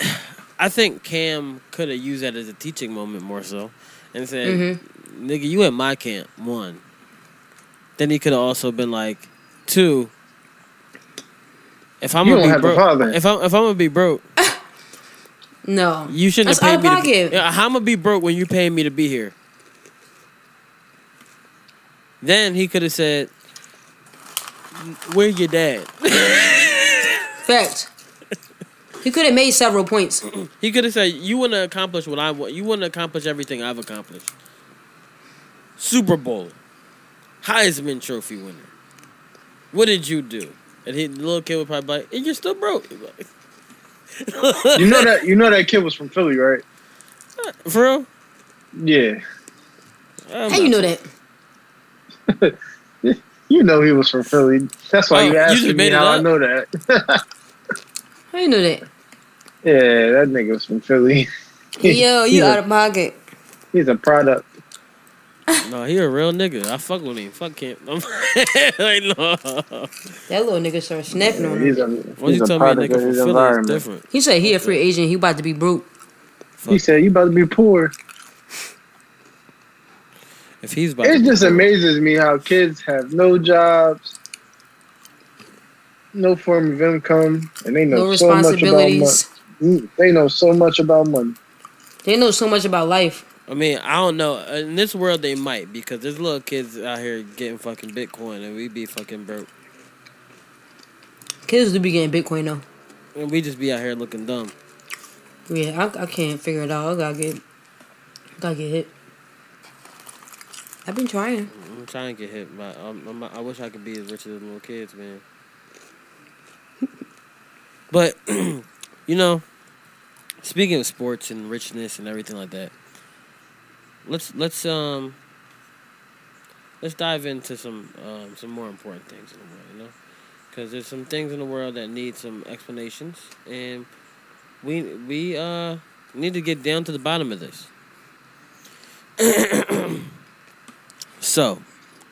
S1: [sighs] I think Cam could have used that as a teaching moment more so and said,
S8: Mm-hmm.
S1: nigga, you in my camp, one. Then he could have also been like, two, if I'm
S8: You
S1: gonna
S8: don't
S1: be
S8: have a
S1: broke,
S8: father.
S1: if I'm if I'm gonna be broke,
S2: No.
S1: you shouldn't
S2: That's
S1: have paid
S2: out of
S1: me. To be,
S2: pocket.
S1: Yeah, how I'm gonna be broke when you paying me to be here? Then he could have said, "Where's your dad?"
S2: Fact. He could have made several points.
S1: He could have said, "You wouldn't accomplish what I want. You wouldn't accomplish everything I've accomplished. Super Bowl, Heisman Trophy winner. What did you do?" And he, the little kid would probably be like, "And you're still broke."
S8: You know that you know that kid was from Philly, right?
S1: [laughs] For real?
S8: Yeah.
S1: I'm
S2: How you
S1: not-
S2: know that?
S8: You know he was from Philly. That's why
S1: Oh,
S8: you
S1: you
S8: asked
S1: just
S8: me
S1: made
S8: how
S1: it
S8: I
S1: up?
S8: know that. [laughs]
S2: How you know that?
S8: yeah, that nigga was from Philly.
S2: Yo, you out of pocket.
S8: He's a product.
S1: No, he a real nigga. I fuck with him. Fuck him. [laughs] like, no.
S2: That little nigga started snapping on him.
S8: He's a,
S1: What
S8: he's
S1: you
S8: a
S1: tell me, a
S8: product
S1: nigga
S8: of his
S1: from Philly is
S8: environment.
S1: different.
S2: He said he a free agent. He about to be broke.
S8: He said, "You about to be poor."
S1: If he's about
S8: It
S1: to-
S8: just amazes me how kids have no jobs, no form of income, and they know
S2: No,
S8: so much about money.
S2: responsibilities.
S8: Mm, They know so much about money.
S2: They know so much about life.
S1: I mean, I don't know. In this world, they might because there's little kids out here getting fucking Bitcoin, and we be fucking broke,
S2: Kids do be getting Bitcoin though.
S1: and we just be out here looking dumb.
S2: Yeah, I, I can't figure it out. I gotta get, gotta get hit. I've been trying.
S1: I'm trying to get hit, but I'm, I'm, I wish I could be as rich as them little kids, man. [laughs] But [clears throat] you know, speaking of sports and richness and everything like that, let's let's um let's dive into some um, some more important things in the world, you know, because there's some things in the world that need some explanations, and we we uh need to get down to the bottom of this. [coughs] So,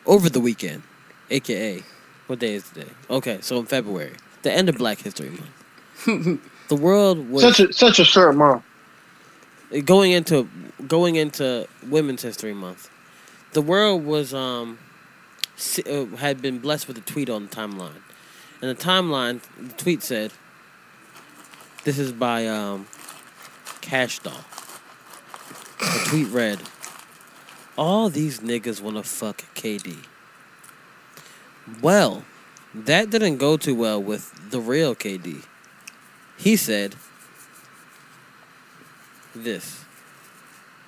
S1: over the weekend, aka, what day is today? Okay, so in February, the end of Black History Month,
S8: [laughs]
S1: the world was
S8: Such a such a short mom.
S1: going into going into Women's History Month. The world was um si- uh, had been blessed with a tweet on the timeline, and the timeline the tweet said, "This is by um Cash Doll." The tweet read, "All these niggas wanna fuck KD." Well, that didn't go too well with the real KD. He said this.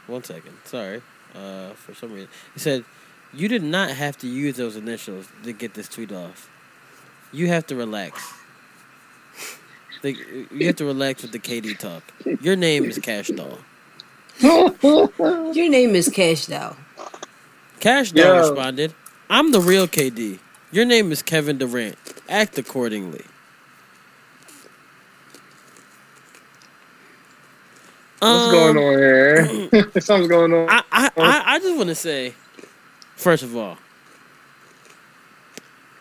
S1: One second. Sorry. Uh, for some reason. It said, You did not have to use those initials to get this tweet off. You have to relax. Like, you have to relax with the KD talk. Your name is Cash Doll.
S2: Your name is Cash Dow.
S1: Cash Doll
S8: Yo.
S1: responded, I'm the real KD. Your name is Kevin Durant. Act accordingly. Um,
S8: What's going on here? [laughs] Something's going on.
S1: I, I, I, I just want to say, first of all,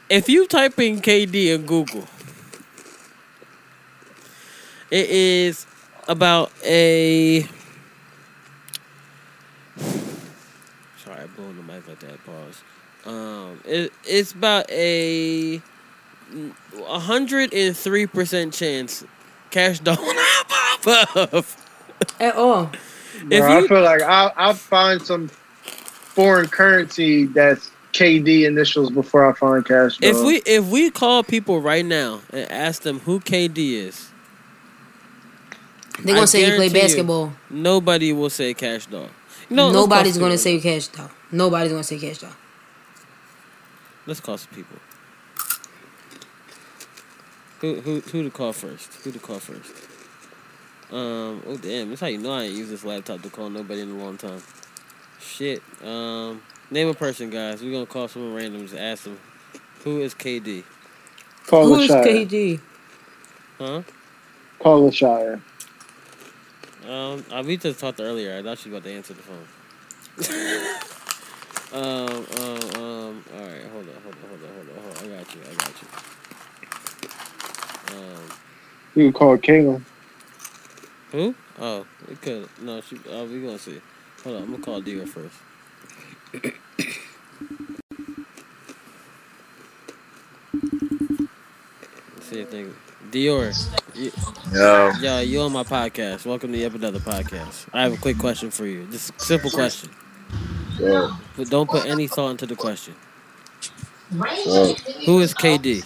S1: if you type in KD in Google, it is about a. Sorry, I blew the mic like that. Pause. Um, it, it's about a 103% chance Cash [laughs] Doll above.
S2: At all.
S8: Bro,
S1: if you-
S8: I feel like I'll, I'll find some foreign currency that's KD initials before I find cash.
S1: If
S8: dog.
S1: we if we call people right now and ask them who KD is,
S2: They gonna
S1: I
S2: say you play
S1: guarantee you.
S2: basketball.
S1: nobody will say Cash Doll. No, let's
S2: Nobody's
S1: call some
S2: gonna
S1: people.
S2: say Cash Dow. Nobody's gonna say Cash Dow.
S1: Let's call some people. Who who who to call first? Who to call first? Um. Oh damn! That's how you know I ain't used this laptop to call nobody in a long time. Shit. Um. Name a person, guys. We're gonna call someone random. Just ask them who is KD.
S8: Call
S2: Who's
S8: the shire.
S2: KD?
S1: Huh?
S8: Call the shire.
S1: Um, I we just talked earlier. I thought she was about to answer the phone. um, um, um. All right, hold on, hold on, hold on, hold on, hold on. I got you, I got you. Um,
S8: You can call Kalen.
S1: who? Oh, we could. No, she. Oh, we gonna see. Hold on, I'm gonna call Dior first. Let's see if they. Dior, you,
S10: Yo,
S1: Yo, you on my podcast. Welcome to Yep Another Podcast. I have a quick question for you. Just a simple question.
S10: yo,
S1: But don't put any thought into the question.
S10: yo.
S1: Who is KD?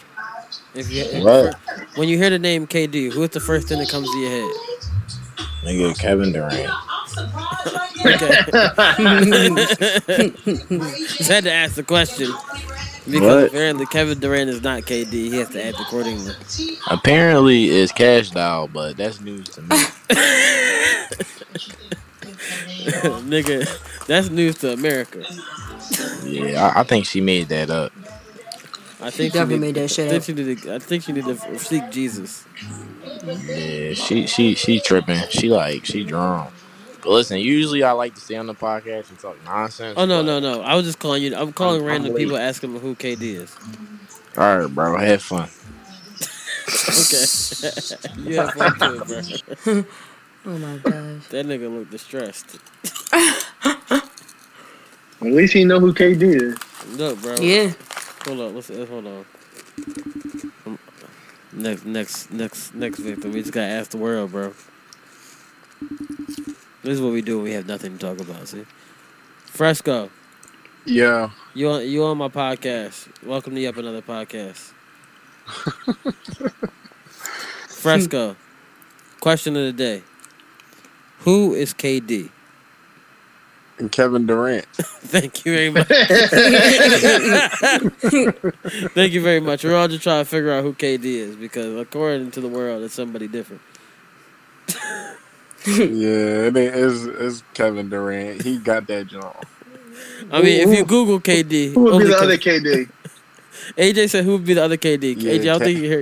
S1: If you, if-
S10: What?
S1: When you hear the name KD, who is the first thing that comes to your head?
S10: Nigga, Kevin Durant.
S1: [laughs] Just had to ask the question. Because
S10: What?
S1: apparently Kevin Durant is not KD. He has to act accordingly. [laughs]
S10: Apparently, it's Cash Doll, but that's news to me.
S1: Nigga, that's news to America.
S10: Yeah, I, I think she made that up.
S1: I think
S2: definitely
S1: she need-
S2: made that shit
S1: I think
S2: up.
S1: she need to, I think she need to seek Jesus.
S10: Yeah, she she she tripping. She like she drunk. But listen, usually I like to stay on the podcast and talk nonsense.
S1: Oh no, no,
S10: but-
S1: no! I was just calling you. I'm calling
S10: I'm- I'm
S1: random people
S10: late.
S1: asking them who KD
S2: [laughs]
S1: is.
S10: All right, bro. Have fun.
S1: Okay, [laughs] you have fun too, bro.
S2: Oh my gosh.
S1: That nigga looked distressed.
S8: At least he know who KD is.
S1: Look, bro.
S8: [laughs]
S2: Yeah.
S1: Hold up. Let's uh, hold on. Um, Next, next, next, next victim. We just gotta ask the world, bro. This is what we do. when We have nothing to talk about. See, Fresco,
S10: Yeah.
S1: you on you on my podcast? Welcome to yet another podcast. Fresco, question of the day: Who is KD?
S10: And Kevin [laughs] Durant.
S1: Thank you very much. [laughs] Thank you very much. We're all just trying to figure out who KD is because according to the world, it's somebody different.
S10: yeah, it is it's Kevin Durant. He got that job.
S1: I mean, if you Google KD,
S8: Who would be
S1: only
S8: the
S1: Kev-
S8: other KD?
S1: AJ said who would be the other KD?
S10: Yeah,
S1: AJ, I don't
S10: Kev-
S1: think you hear.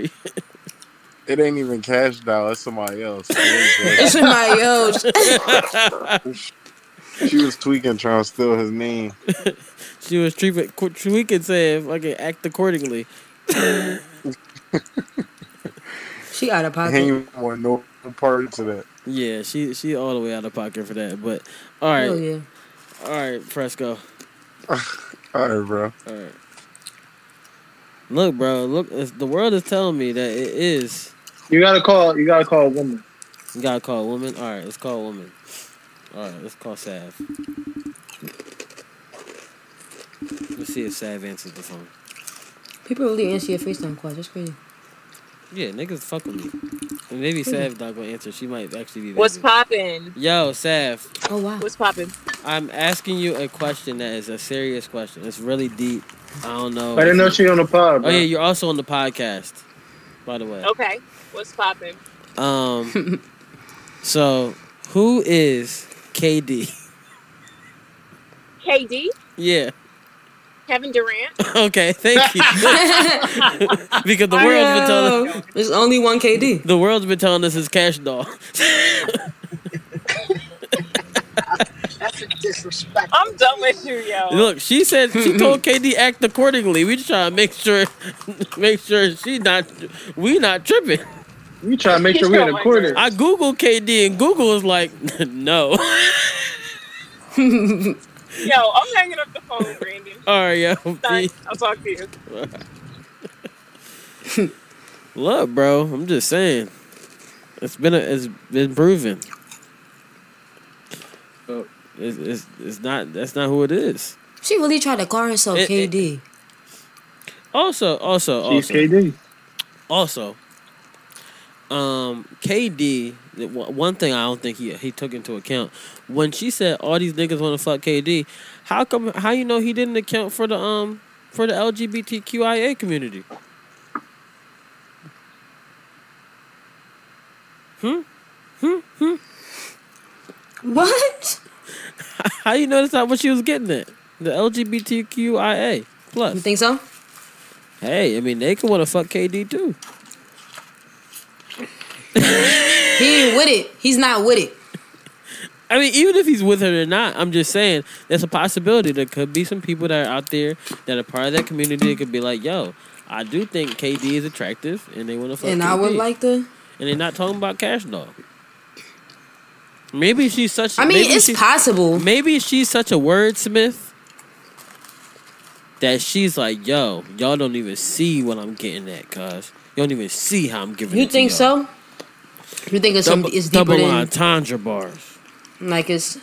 S10: It ain't even Cash Doll. It's somebody else. [laughs]
S2: It's somebody else.
S10: she was tweaking trying to steal his name.
S1: [laughs] She was treatment. qu- Tweaking said, "Fucking act accordingly."
S2: She out of
S10: He
S2: pocket.
S10: ain't want no part to that.
S1: Yeah, she she all the way out of pocket for that. But all right,
S2: Oh yeah.
S1: all right, Fresco.
S10: All right, bro.
S1: All right. Look, bro. Look, it's- the world is telling me that it is.
S8: [laughs] You gotta call. You gotta call a woman.
S1: You gotta call a woman. All right, let's call a woman. All right, let's call Sav. Let's see if Sav answers the phone.
S2: People really answer your FaceTime calls. That's crazy.
S1: Yeah, niggas fuck with me. And maybe Sav not gonna answer. She might actually be.
S11: What's
S1: busy.
S11: poppin'?
S1: Yo, Sav. [laughs]
S2: Oh wow.
S11: What's poppin'?
S1: I'm asking you a question that is a serious question. It's really deep. I don't know.
S8: I didn't know she on the pod.
S1: Oh
S8: Bro.
S1: yeah, you're also on the podcast, by the way.
S11: Okay. What's poppin'?
S1: Um. so, who is KD?
S11: KD?
S1: [laughs] Yeah. [laughs]
S11: Kevin Durant?
S1: Okay. Thank you. [laughs] because the
S2: I
S1: world's been telling
S2: [laughs] know. There's only one KD.
S1: the world's been telling us it's Cash Doll.
S9: That's a disrespect.
S11: I'm done with you, yo.
S1: [laughs] [laughs] Look, she said
S2: [laughs]
S1: she told KD act accordingly. We just trying to make sure, [laughs] make sure she not, we not tripping.
S8: You try to make sure we in the corner.
S1: I googled KD and Google is like, [laughs] no.
S11: Yo, I'm hanging up the phone, Brandon.
S1: All right, yo.
S11: Sorry. I'll talk to you.
S1: Look, bro, I'm just saying. It's been a, it's been proven. Oh, It's, it's, it's not that's not who it is.
S2: She really tried to call herself
S1: It- it-
S2: KD.
S1: Also, also,
S8: She's
S1: also,
S8: KD.
S1: also. Um, KD. the one- One thing I don't think he he took into account when she said all these niggas want to fuck KD. How come? How you know he didn't account for the um for the LGBTQIA community? [laughs] Hmm. Hmm. Hmm.
S2: What?
S1: How you know that's not what she was getting at? The LGBTQIA
S2: You
S1: plus.
S2: think so?
S1: Hey, I mean they could want to fuck KD too.
S2: He ain't with it. He's not with it.
S1: I mean, even if he's with her or not, I'm just saying there's a possibility there could be some people that are out there that are part of that community that could be like, yo, I do think KD is attractive and they want to fuck.
S2: and I would
S1: KD.
S2: like to.
S1: And they're not talking about Cash Dog. Maybe she's such.
S2: I mean,
S1: maybe
S2: it's
S1: she's-
S2: possible.
S1: Maybe she's such a wordsmith that she's like, yo, y'all don't even see what I'm getting at, cuz. You don't even see how I'm giving it
S2: You
S1: to
S2: think
S1: y'all."
S2: so? You think it's some,
S1: Double,
S2: it's deeper
S1: double
S2: than
S1: entendre bars. [laughs]
S2: like it's.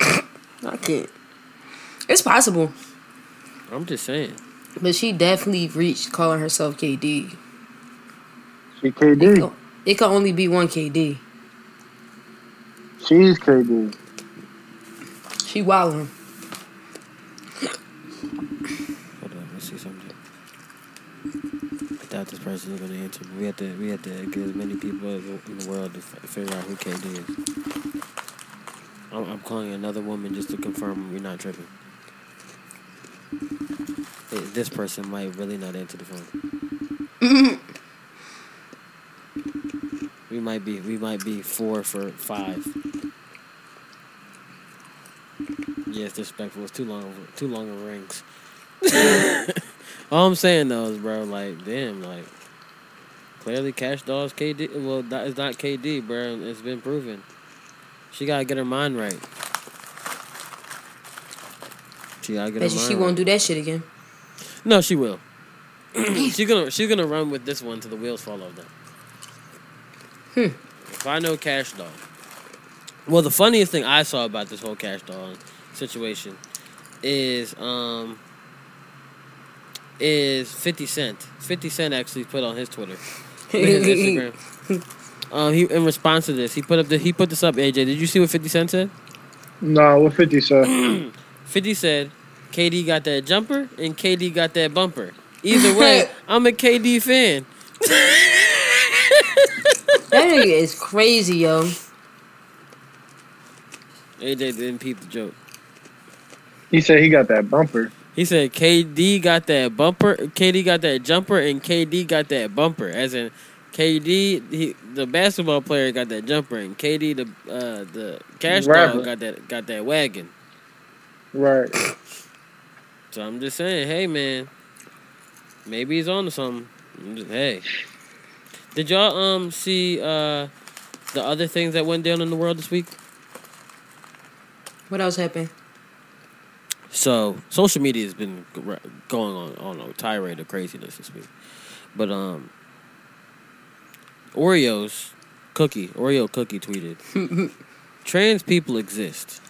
S2: I can't. It's possible,
S1: I'm just saying.
S2: but she definitely reached calling herself KD.
S8: She KD.
S2: Oh, It could only be one KD.
S8: She's KD.
S2: She wildin'.
S1: Hold on, let's see something. I doubt this person is gonna answer. but We have to, we have to get as many people as in the world to f- figure out who KD is. I'm, I'm calling another woman just to confirm we're not tripping. Eh, This person might really not answer the phone. we might be, we might be four for five. Yeah, it's disrespectful. It's too long. of- Too long of rings. [laughs] All I'm saying though is, bro, like, damn, like, clearly Cash Doll's KD. Well, that is not KD, bro. and It's been proven. She gotta get her mind right. She gotta get
S2: Bet
S1: her
S2: you
S1: mind
S2: she
S1: right.
S2: won't do that
S1: [laughs]
S2: shit again.
S1: No, she will. [clears throat] she's gonna she's gonna run with this one till the wheels fall off. Them.
S2: Hmm.
S1: If I know Cash Doll. Well, the funniest thing I saw about this whole Cash Doll situation is um is Fifty Cent. Fifty Cent actually put on his Twitter,
S2: [laughs]
S1: his Instagram. Um, he in response to this, he put up the, he put this up. AJ, did you see what Fifty Cent said?
S8: No, what
S1: [clears throat]
S8: 50 said.
S1: 50 said, KD got that jumper and KD got that bumper. Either way, I'm a KD fan.
S2: That nigga is crazy, yo.
S1: AJ didn't peep the joke.
S8: he said he got that bumper.
S1: He said, KD got that bumper, KD got that jumper, and KD got that bumper. As in, KD, he, the basketball player, got that jumper, and KD, the uh, the cash
S8: Rapper.
S1: dog, got that got that wagon.
S8: Right.
S1: So I'm just saying, hey man, maybe he's on to something. I'm just- hey, did y'all um see uh the other things that went down in the world this week?
S2: What else happened?
S1: So social media has been g- r- going on on a tirade of craziness this week, but um Oreos cookie Oreo cookie tweeted trans people exist.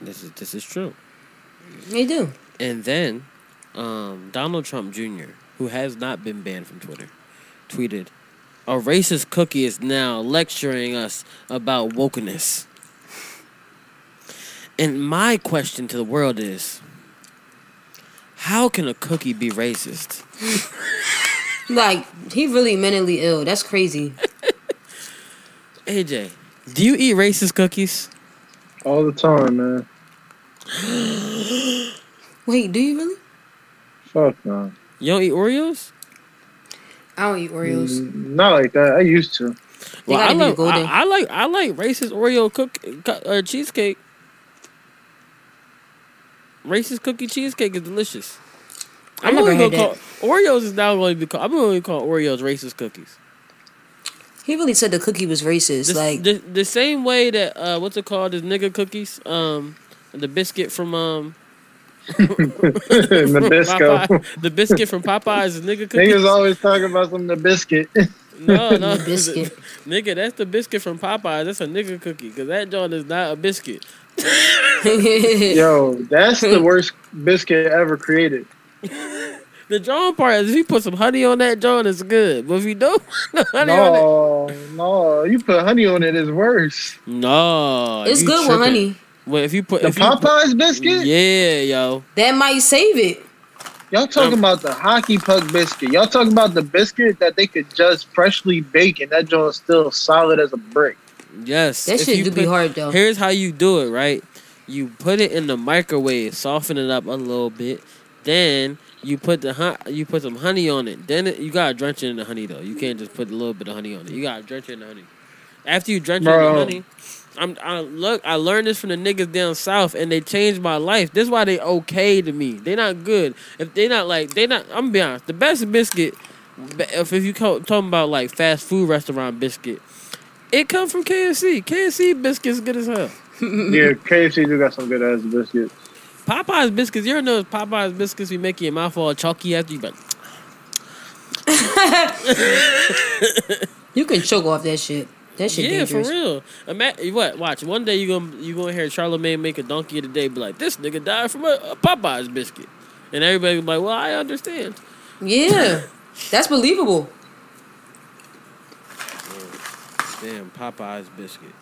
S1: This is this is true.
S2: They do.
S1: And then um, Donald Trump Jr., who has not been banned from Twitter, tweeted, "A racist cookie is now lecturing us about wokeness." And my question to the world is, how can a cookie be racist?
S2: Like he really mentally ill. That's crazy.
S1: AJ, do you eat racist cookies?
S8: All the time, man.
S2: Wait, do you really?
S8: Fuck no.
S1: You don't eat Oreos?
S2: I don't eat Oreos.
S8: Mm, Not like that. I
S1: [laughs]
S8: used to. [laughs]
S1: Well,
S2: gotta
S1: I,
S2: be
S1: love,
S2: golden.
S1: I, I like I like racist Oreo cook co- uh, cheesecake. Racist cookie cheesecake is delicious.
S2: I
S1: I'm
S2: never
S1: only
S2: had
S1: gonna call Oreos is now going to be called. I'm only call Oreos racist cookies.
S2: He really said the cookie was racist.
S1: This-
S2: like [laughs]
S1: the, the same way that uh, what's it called? This nigga cookies, um, the biscuit from um, from [laughs]
S8: Nabisco.
S1: Popeye- [laughs] the biscuit from Popeyes is nigga cookies.
S8: [laughs] Niggas always talking about some Nabiscuit.
S1: No,
S2: [laughs]
S1: no.
S2: Biscuit.
S1: [laughs] nigga, that's the biscuit from Popeye. That's a nigga cookie because that joint is not a biscuit.
S8: [laughs] Yo, that's the worst biscuit ever created.
S1: The drawing part is if you put some honey on that joint, it's good. But if you don't, [laughs] put no honey on it,
S8: No, no, you put honey on it, it's worse.
S1: no,
S2: It's
S1: you
S2: good with
S1: tripping.
S2: honey.
S1: Well, if you put
S8: The
S1: if you put-
S8: Popeyes biscuit?
S1: yeah, yo,
S2: that might save it.
S8: Y'all talking about the hockey puck biscuit. Y'all talking about the biscuit that they could just freshly bake and that joint's still solid as a brick.
S1: yes,
S2: That
S1: if
S2: shit
S1: you
S2: do be
S1: put-
S2: hard though.
S1: Here's how you do it, right? You put it in the microwave, soften it up a little bit. Then you put the hon- you put some honey on it. Then it, you gotta drench it in the honey though. You can't just put a little bit of honey on it. You gotta drench it in the honey. After you drench it in
S8: Bro.
S1: the honey, I'm I look. I learned this from the niggas down south, and they changed my life. This why they okay to me. They not good. If they not like they not. I'm gonna be honest. The best biscuit, if if you call, talking about like fast food restaurant biscuit, it come from KFC. KFC biscuits good as hell.
S8: Yeah, KFC do got some good ass biscuits.
S1: Popeye's biscuits, you ever know Popeye's biscuits be making your mouth all chalky after you but
S2: You can choke off that shit. That shit
S1: Yeah,
S2: dangerous.
S1: for real. Ima- you what? Watch one day you gonna you gonna hear Charlemagne make a donkey of the day, be like, this nigga died from a, a Popeye's biscuit, and everybody be like, well, I understand.
S2: Yeah, that's believable.
S1: Damn, Popeye's biscuit.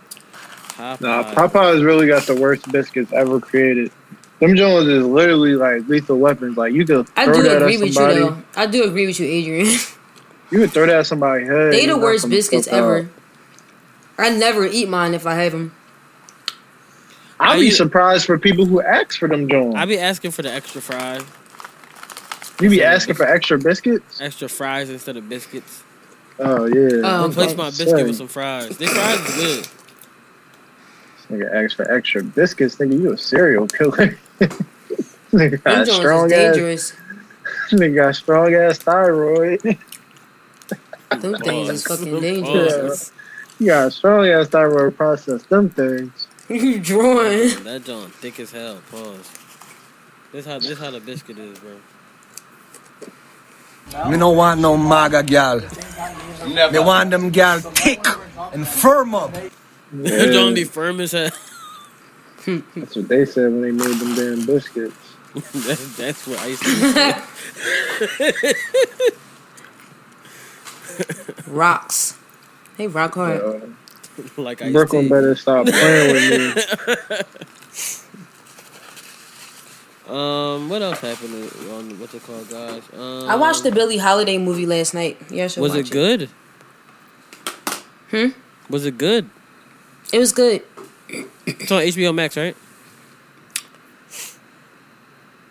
S1: Popeye's.
S8: Nah, Popeyes really got the worst biscuits ever created. Them joints is literally like lethal weapons. Like you could
S2: I
S8: throw
S2: do
S8: that
S2: agree
S8: at
S2: with
S8: somebody.
S2: you though. I do agree with you, Adrian.
S8: You could throw that at somebody's
S2: [laughs]
S8: head.
S2: they
S8: and
S2: the
S8: knock
S2: worst
S8: them
S2: biscuits
S8: fuck out.
S2: ever. I never eat mine if I have them.
S1: I
S8: I'd be
S1: eat-
S8: surprised for people who ask for them
S1: I
S8: joints.
S1: be asking for the extra fry,
S8: You be asking for extra biscuits?
S1: extra fries instead of biscuits.
S8: Oh yeah.
S2: Oh,
S1: Replace
S2: okay.
S1: my biscuit
S8: Sorry.
S1: with some fries. They fries is good.
S8: Nigga asked for extra biscuits. Nigga, you a serial killer. [laughs]
S2: Them
S8: nigga got
S2: joints is
S8: strong ass.
S2: dangerous.
S8: Nigga got strong ass thigh [laughs]
S2: Them things is fucking
S8: Pause.
S2: dangerous. [laughs]
S8: You got a strong ass thyroid process.
S1: [laughs]
S8: Them things.
S2: you drawing.
S1: Damn, that John thick as hell. Pause. This how this how the biscuit is, bro.
S12: Me no want no MAGA gal. They want them gal thick and firm up.
S1: That John be firm as hell. [laughs]
S8: That's what they said when they made them damn biscuits.
S1: that, that's what I used to say.
S2: Rocks. They rock hard.
S1: like I
S8: Uh, Brooklyn better stop playing with
S1: [laughs]
S8: me.
S1: Um, what else happened on what's it called, guys? Um,
S2: I watched the Billie Holiday movie last night. Yeah, I should
S1: Was
S2: watch
S1: it good?
S2: Hmm?
S1: Was it good?
S2: It was good.
S1: It's on HBO Max, right?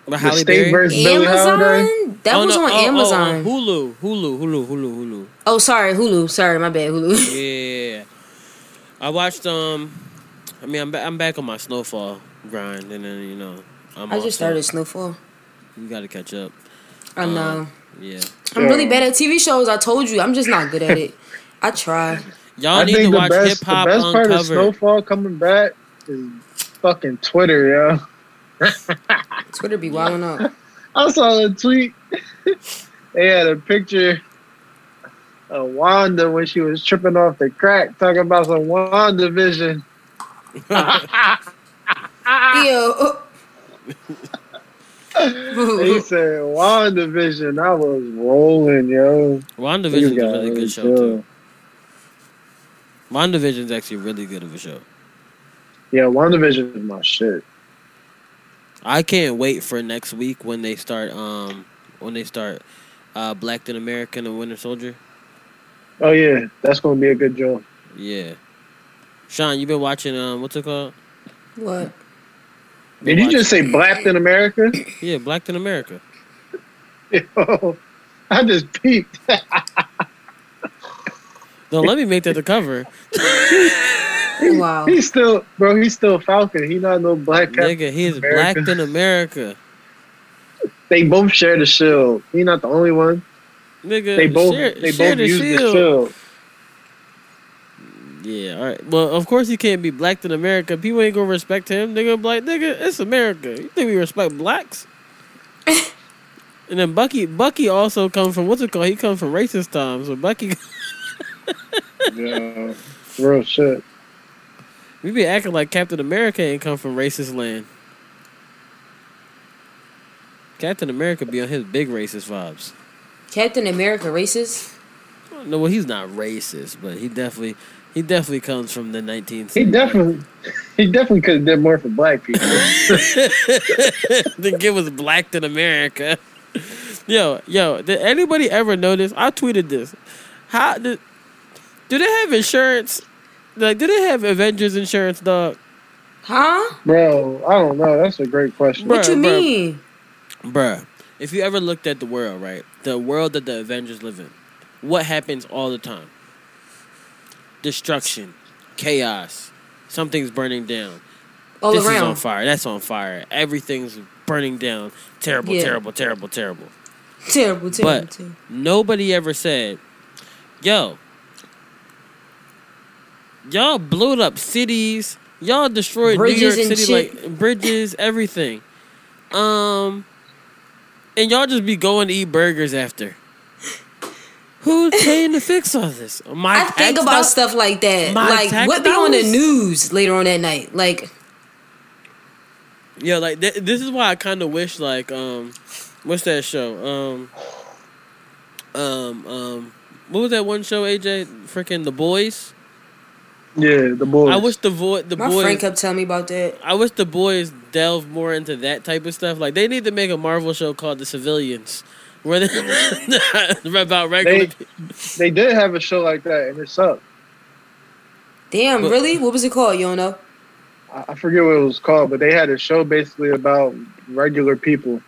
S1: By
S8: The State versus Billie Amazon? Holiday?
S2: That
S1: Oh,
S2: was on Amazon.
S1: Hulu, Hulu, Hulu, Hulu,
S2: Oh, sorry, Hulu. Sorry, my bad, Hulu. [laughs]
S1: Hulu. yeah, I watched. Um, I mean, I'm ba- I'm back on my Snowfall grind, and then you know, I'm.
S2: I
S1: also-
S2: just started Snowfall.
S1: You got to catch up.
S2: I
S1: Um,
S2: know.
S1: Yeah.
S2: I'm really bad at TV shows. I told you, I'm just not good at it. I try.
S1: Y'all
S8: I
S1: need
S8: think
S1: to
S8: the
S1: watch
S8: best,
S1: Hip Hop
S8: The best part of
S1: Uncovered.
S8: Snowfall coming back is fucking Twitter, yo. [laughs]
S2: Twitter be
S1: [laughs]
S2: wilding out.
S8: I saw a tweet. [laughs] they had a picture of Wanda when she was tripping off the crack, talking about some Wanda vision.
S2: [laughs] Ew.
S1: [laughs]
S8: he said Wanda vision. I was rolling, yo.
S1: [laughs] WandaVision's
S8: You
S1: a
S8: got
S1: really
S8: it,
S1: good show,
S8: yo.
S1: too. WandaVision's actually really good of a show.
S8: Yeah, WandaVision is my shit.
S1: I can't wait for next week when they start um when they start uh Blacked in America and the Winter Soldier.
S8: Oh yeah, that's gonna be a good job.
S1: Yeah. Sean, you been watching um what's it called?
S2: What?
S8: Did you just say blacked in America? [laughs]
S1: Yeah, Blacked in America.
S8: Yo, I just peeped. [laughs]
S1: No, let me make that the
S8: [laughs]
S1: cover.
S2: Wow.
S8: He's still, bro. He's still Falcon. He not no black.
S1: Nigga, he is blacked in America.
S8: They both share the shield. He not the only one.
S1: Nigga,
S8: They both.
S1: share-
S8: they
S1: share
S8: both
S1: the
S8: use the
S1: shield.
S8: shield.
S1: Yeah, all right. Well, of course he can't be blacked in America. People ain't gonna respect him. They gonna be like, nigga, it's America. You think we respect blacks? and then Bucky, Bucky also comes from what's it called? He comes from racist times. So Bucky, [laughs]
S8: yeah, real shit.
S1: we be acting like Captain America ain't come from racist land. Captain America be on his big racist vibes.
S2: Captain America racist?
S1: No, well, he's not racist, but he definitely, he definitely comes from the 19th.
S8: He definitely, he definitely could have did more for black people.
S1: the kid was blacked in America. Yo, yo, did anybody ever notice? I tweeted this. How did, do they have insurance? Like, do they have Avengers insurance, dog?
S2: Huh?
S8: bro, I don't know. That's a great question.
S1: What you Bruh, bruh.
S2: mean?
S1: Bruh, if you ever looked at the world, right? The world that the Avengers live in, what happens all the time? Destruction, chaos, something's burning down.
S2: All
S1: this is
S2: around.
S1: on fire. That's on fire. Everything's burning down. Terrible,
S2: Yeah.
S1: terrible, terrible, terrible.
S2: Terrible, terrible,
S1: But
S2: terrible.
S1: nobody ever said, yo, y'all blew up cities. Y'all destroyed
S2: Bridges
S1: New York
S2: and
S1: City,
S2: shit.
S1: like bridges, everything. Um, and y'all just be going to eat burgers
S2: [laughs]
S1: after. Who's paying to fix all this? My
S2: I think
S1: tax
S2: about
S1: dollars?
S2: stuff like that.
S1: My
S2: Like,
S1: tax
S2: what be on the
S1: dollars?
S2: news later on that night? Like,
S1: Yeah, like th- this is why I kind of wish like um, what's that show? Um, um, um, what was that one show? AJ, freaking The Boys.
S8: Yeah, the boys.
S1: I wish the vo- the
S2: my
S1: boys.
S2: friend kept telling me about that.
S1: I wish the boys delve more into that type of stuff. Like they need to make a Marvel show called The Civilians, where [laughs] they about regular.
S8: They, they did have a show like that, and it sucked.
S2: Damn,
S1: But-
S2: really? What was it called? You don't know?
S8: I I forget what it was called, but they had a show basically about regular people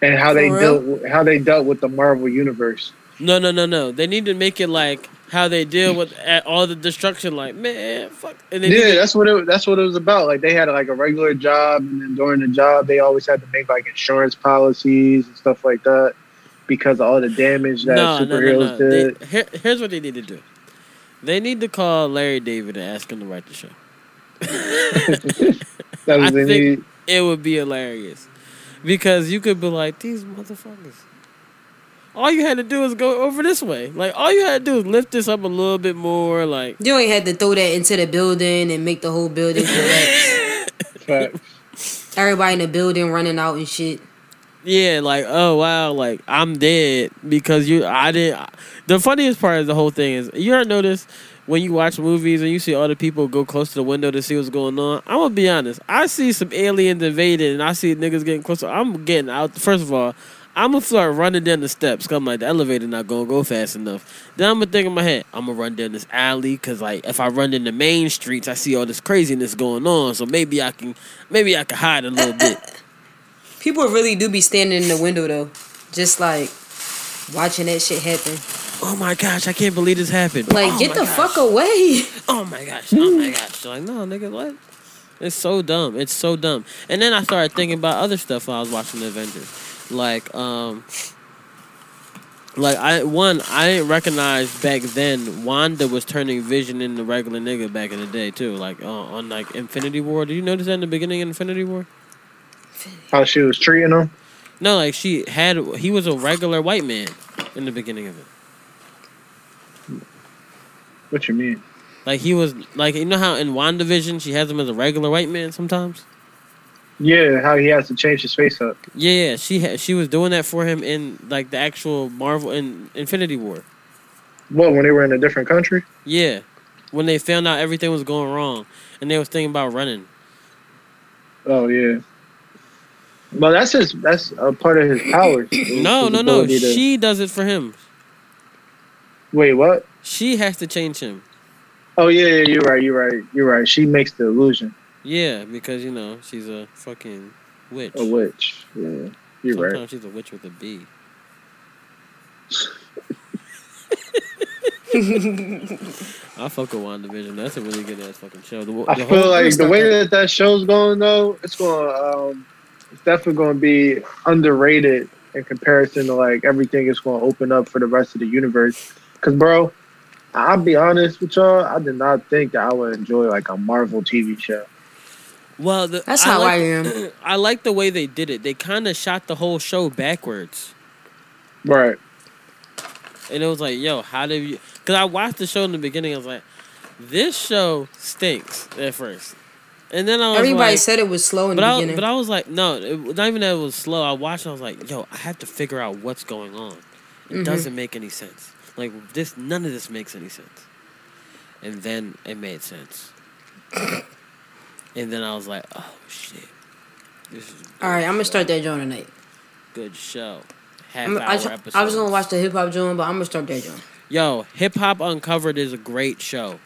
S8: and how
S2: For
S8: they
S2: real?
S8: dealt how they dealt with the Marvel universe.
S1: No, no, no, no. They need to make it like how they deal with at all the destruction. Like man, fuck. And they
S8: yeah,
S1: need to-
S8: that's what it, that's what it was about. Like they had like a regular job, and then during the job, they always had to make like insurance policies and stuff like that because of all the damage that
S1: no, no, no,
S8: superheroes
S1: no.
S8: did.
S1: They, here, here's what they need to do. They need to call Larry David and ask him to write the show.
S8: [laughs]
S1: [laughs]
S8: That was
S1: I
S8: the
S1: think
S8: need.
S1: it would be hilarious because you could be like these motherfuckers. All you had to do is go over this way. Like all you had to do is lift this up a little bit more. Like
S2: You ain't had to throw that into the building and make the whole
S1: [laughs]
S2: building collapse. Everybody in the building running out and shit.
S1: yeah, like oh wow, like I'm dead because you. I didn't. The funniest part of the whole thing is you ever notice when you watch movies and you see other people go close to the window to see what's going on. I'm gonna be honest. I see some aliens invading and I see niggas getting closer. I'm getting out. First of all, I'm gonna start running down the steps. Cause I'm like the elevator not gonna go fast enough. Then I'm gonna think in my head, I'm gonna run down this alley. Cause like if I run in the main streets, I see all this craziness going on. So maybe I can, maybe I can hide a little bit.
S2: People really do be standing in the window though, just like watching that shit happen.
S1: Oh my gosh, I can't believe this happened.
S2: Like,
S1: Oh
S2: get
S1: my
S2: the
S1: gosh.
S2: fuck away.
S1: Oh my gosh. Oh my gosh. Like, no, nigga, what? It's so dumb. It's so dumb. And then I started thinking about other stuff while I was watching the Avengers. Like, um like I one, I didn't recognize back then Wanda was turning Vision into regular nigga back in the day too. Like uh, on like Infinity War. Did you notice that in the beginning of Infinity War?
S8: How she was treating them.
S1: No, like she had he was a regular white man in the beginning of it.
S8: What you mean?
S1: Like he was like you know how in WandaVision she has him as a regular white man sometimes?
S8: Yeah, how he has to change his face up.
S1: Yeah, yeah, she ha- she was doing that for him in like the actual Marvel in Infinity War.
S8: What when they were in a different country?
S1: Yeah, when they found out everything was going wrong and they was thinking about running.
S8: Oh yeah. Well, that's his. That's a part of his power.
S1: [coughs] No,
S8: His
S1: no, no.
S8: ability to-
S1: She does it for him.
S8: Wait, what?
S1: She has to change him.
S8: Oh yeah, yeah, you're right. You're right. You're right. She makes the illusion
S1: Yeah, because you know she's a fucking witch.
S8: a witch. Yeah, you're
S1: Sometimes
S8: right.
S1: she's a witch with a
S2: [laughs]
S1: B. I fuck with WandaVision. That's a really good ass fucking show. The, the
S8: I
S1: whole-
S8: feel like the way that that show's going though, it's going. to Um, it's definitely going to be underrated in comparison to like everything it's going to open up for the rest of the universe. Cause bro, I'll be honest with y'all. I did not think that I would enjoy like a Marvel TV show.
S1: Well, the,
S2: That's how I am.
S1: [clears throat] I like the way they did it. They kind of shot the whole show backwards,
S8: Right.
S1: and it was like, "Yo, how did you?" Because I watched the show in the beginning. I was like, "This show stinks" at first, and then I was
S2: [laughs] Everybody
S1: like-
S2: said it was slow in
S1: but
S2: the
S1: I,
S2: beginning.
S1: but I was like, no, it, not even that it was slow. I watched. and I was like, yo, I have to figure out what's going on. It
S2: Mhm.
S1: doesn't make any sense. Like this, none of this makes any sense. And then it made sense. and then I was like, oh shit, this is
S2: All right, I'm gonna start that joint tonight.
S1: a good show. Half
S2: I'm,
S1: hour
S2: I, tr-
S1: episode.
S2: I was gonna watch the hip hop joint, but I'm gonna start that joint.
S1: Yo, Hip Hop Uncovered is a great show.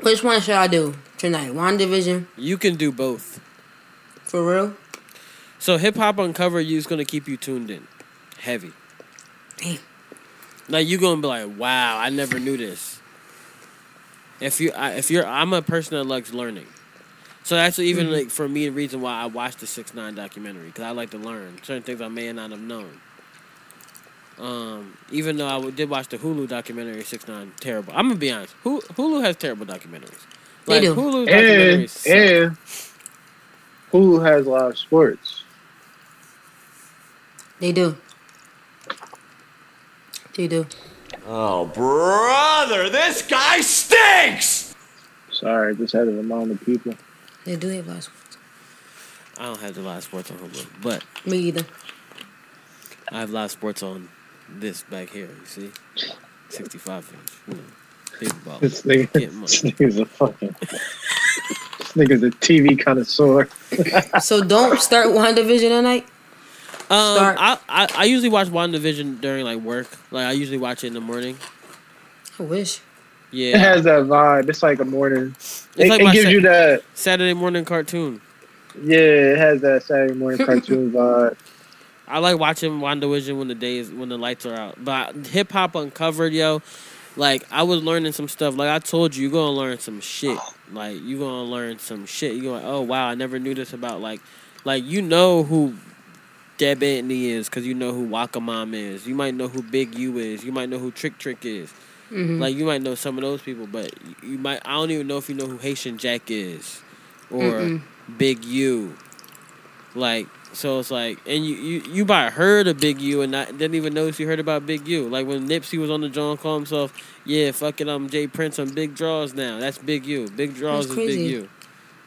S2: Which one should I do tonight? One division
S1: You can do both.
S2: for real?
S1: So Hip Hop Uncovered is gonna keep you tuned in, heavy.
S2: Damn.
S1: Like you gonna be like, wow, I never knew this. If you, I, if you're, I'm a person that likes learning. So that's even
S2: Mhm.
S1: like for me the reason why I watched the Six Nine documentary because I like to learn certain things I may not have known. Um, even though I w- did watch the Hulu documentary Six Nine, terrible. I'm gonna be honest. Hulu, Hulu has terrible documentaries.
S2: They
S1: Like,
S2: do.
S1: Hulu
S8: Eh, and
S1: documentaries. suck.
S8: and Hulu has live sports.
S2: They do. They do.
S3: Oh, brother, this guy stinks!
S8: Sorry, just had to remind the people. [laughs]
S2: They do have live
S1: I don't have the live sports on Hulu, but
S2: Me either.
S1: I have live sports on this back here. You see, sixty-five inch. You know, paper ball.
S8: This
S1: Get
S8: nigga, this
S1: money.
S8: nigga's a fucking. this nigga's a TV connoisseur.
S2: so don't start [laughs] one division tonight.
S1: Um, I, I I usually watch WandaVision during like work. Like I usually watch it in the morning.
S2: I wish.
S8: It
S1: Yeah,
S8: has that vibe. It's like a morning. It,
S1: like
S8: it
S1: my
S8: gives
S1: sec-
S8: you that.
S1: Saturday morning cartoon. [laughs]
S8: Yeah, it has that Saturday morning cartoon vibe.
S1: I like watching WandaVision when the days when the lights are out. But hip hop uncovered, yo. Like I was learning some stuff. Like I told you, you're gonna learn some shit. Like you're gonna learn some shit. You're going, oh wow, I never knew this about like, like you know who Deb Anthony is because you know who Waka Mom is. You might know who Big U is. You might know who Trick Trick is.
S2: Mhm.
S1: Like you might know some of those people, but you might I don't even know if you know who Haitian Jack is or
S2: Mm-mm.
S1: Big U. Like so it's like and you you you might have heard of Big U and not didn't even notice you heard about Big U. Like when Nipsey was on the John call himself, yeah, fucking I'm Jay Prince on Big Draws now. That's Big U. Big Draws
S2: That's
S1: is Big
S2: crazy.
S1: U.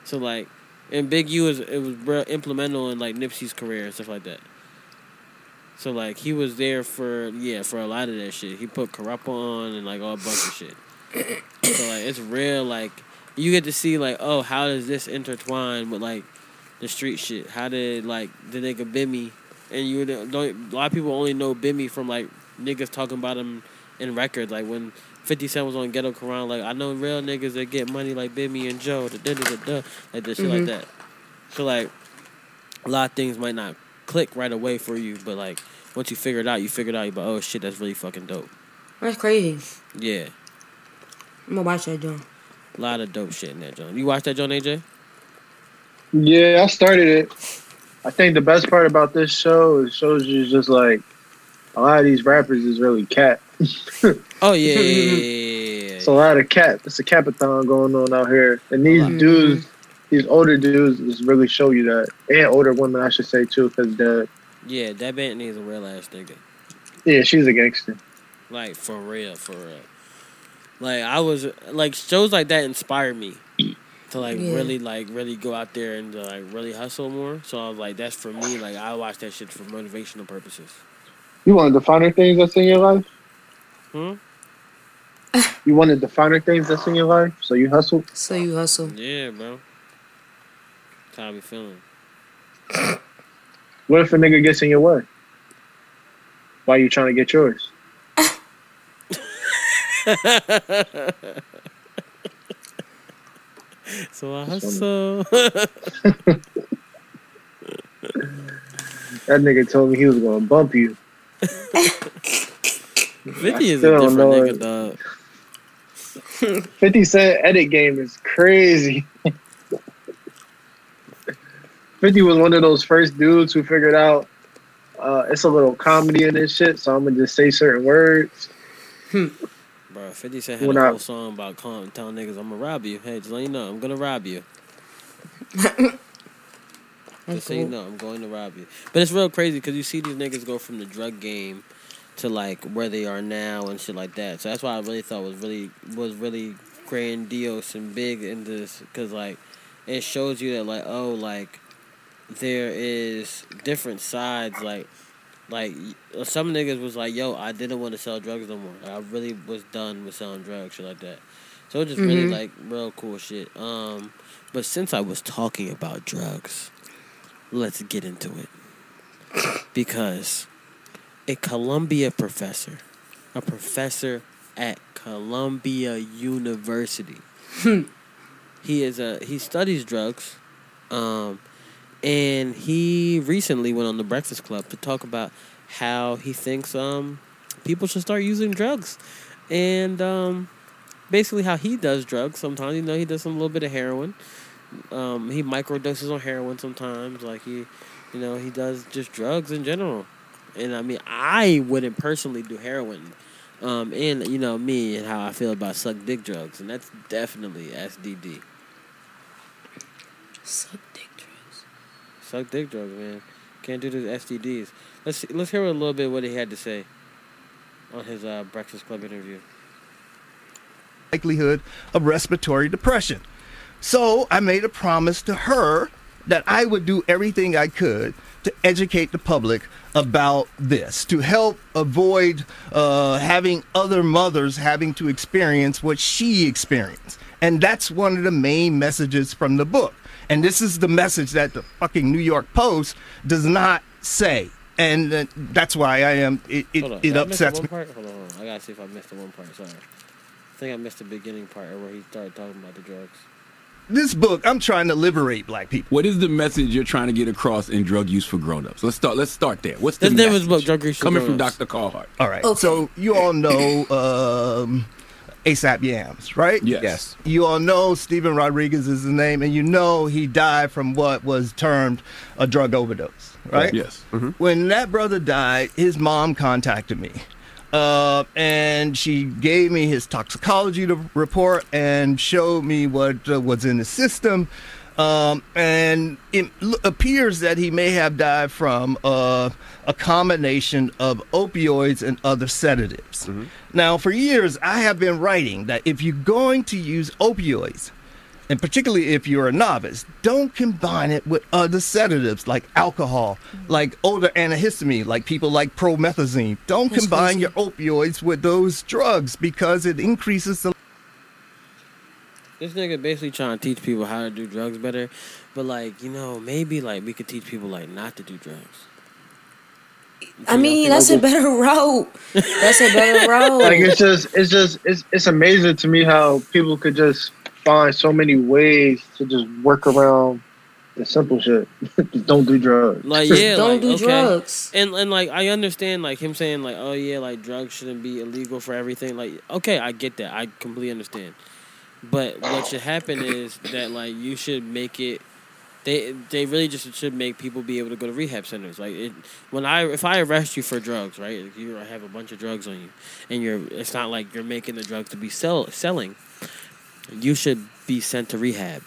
S1: So like and Big U is it was real implemental in like Nipsey's career and stuff like that. So like he was there for yeah for a lot of that shit. He put corrupt on and like all a bunch of shit. so like it's real like you get to see like oh how does this intertwine with like the street shit? How did like the nigga Bimmy and you don't don't- a lot of people only know Bimmy from like niggas talking about him in records like when. 50 Cent was on Ghetto Quran. Like, I know real niggas that get money like Bimmy and Joe, da da da da, da, like this shit
S2: Mhm.
S1: like that. So, like, a lot of things might not click right away for you, but like once you figure it out, you figure it out. You're like, oh shit, that's really fucking dope.
S2: That's crazy.
S1: Yeah,
S2: I'm gonna watch that joint.
S1: a lot of dope shit in that joint. You watch that joint, AJ?
S8: Yeah, I started it. I think the best part about this show is shows you just like a lot of these rappers is really cat. [laughs]
S1: Oh yeah, yeah, yeah, yeah, [laughs] yeah, yeah.
S8: It's a lot of cat. It's a capathon going on out here, and these dudes, these older dudes, is really show you that, and older women, I should say too, because the
S1: yeah. That band needs a real ass nigga.
S8: yeah, she's a gangster.
S1: Like for real, for real. Like I was like shows like that inspire me to like
S2: Yeah.
S1: really like really go out there and to, like really hustle more. So I was like, that's for me. Like I watch that shit for motivational purposes.
S8: You want the finer things that's in your life.
S1: Hmm?
S8: You wanted the finer things that's in your life, so you hustle.
S2: So you hustle.
S1: Yeah, bro. That's how I be feeling. [laughs]
S8: What if a nigga gets in your way? Why you trying to get yours?
S1: so I hustle. [laughs]
S8: That nigga told me he was gonna bump you.
S1: 50 is
S8: I
S1: a
S8: still
S1: different
S8: don't know
S1: nigga,
S8: it.
S1: dog.
S8: Fifty Cent edit game is crazy. [laughs] Fifty was one of those first dudes who figured out uh, it's a little comedy in this shit, so I'm gonna just say certain words.
S1: Bro, 50 Cent had
S8: When
S1: a
S8: I-
S1: whole song about calling, telling niggas, I'm gonna rob you. Hey, just let you know, I'm gonna rob you. just so you
S2: cool.
S1: know, I'm going to rob you. But it's real crazy because you see these niggas go from the drug game to like where they are now and shit like that. So that's why I really thought was really was really grandiose and big in this because like it shows you that like oh like there is different sides like like y- some niggas was like yo I didn't want to sell drugs no more Like, I really was done with selling drugs shit like that so it's just really
S2: Mhm.
S1: like real cool shit um but since I was talking about drugs let's get into it because a Columbia professor, a professor at Columbia University. he is a he studies drugs, um, and he recently went on the Breakfast Club to talk about how he thinks um people should start using drugs, and um, basically how he does drugs. Sometimes you know he does some little bit of heroin. Um, he microdoses on heroin sometimes. Like he, you know, he does just drugs in general. And I mean, I wouldn't personally do heroin. Um, and you know me and how I feel about suck dick drugs, and that's definitely SDD.
S2: Suck dick drugs.
S1: Suck dick drugs, man. Can't do those STDs. Let's see, let's hear a little bit what he had to say on his uh, Breakfast Club interview.
S13: likelihood of respiratory depression. So I made a promise to her that I would do everything I could to educate the public about this, to help avoid uh, having other mothers having to experience what she experienced. And that's one of the main messages from the book. And this is the message that the fucking New York Post does not say. And uh, that's why I am, it, it,
S1: Hold on,
S13: it
S1: did I miss the
S13: upsets
S1: one
S13: me.
S1: Part? Hold on, hold on. I gotta see if I missed the one part. Sorry. I think I missed the beginning part where he started talking about the drugs.
S13: this book, I'm trying to liberate black people.
S14: What is the message you're trying to get across in drug use for grown-ups? Let's start. Let's start there. What's the
S13: That's never
S14: message?
S13: about drug use for
S14: coming from
S13: grown-ups.
S14: Dr. Carhart?
S13: All right. So you all know um, ASAP Yams, right?
S14: Yes. Yes.
S13: You all know Stephen Rodriguez is his name, and you know he died from what was termed a drug overdose, right?
S14: Yes.
S13: When that brother died, his mom contacted me. Uh, and she gave me his toxicology to- report and showed me what uh, was in his system. Um, and it l- appears that he may have died from uh, a combination of opioids and other sedatives. Now, for years, I have been writing that if you're going to use opioids, and particularly if you're a novice, don't combine it with other sedatives like alcohol, like older antihistamine, like people like promethazine. Don't combine your opioids with those drugs because it increases the
S1: This nigga basically trying to teach people how to do drugs better, but like you know maybe like we could teach people like not to do drugs.
S2: I mean, that's a better [laughs] route. That's
S1: [laughs]
S2: a better route.
S8: Like it's just, it's just, it's it's amazing to me how people could just find so many ways to just work around the simple shit. [laughs] just don't do drugs.
S1: Like
S8: [laughs]
S1: yeah,
S2: Don't
S1: like,
S2: do
S1: okay.
S2: drugs.
S1: And and like I understand like him saying like oh yeah like drugs shouldn't be illegal for everything. Like okay, I get that. I completely understand. But what should happen is that like you should make it. They they really just should make people be able to go to rehab centers. Like it, when I if I arrest you for drugs, right? if You have a bunch of drugs on you, and you're it's not like you're making the drugs to be sell selling. You should be sent to rehab.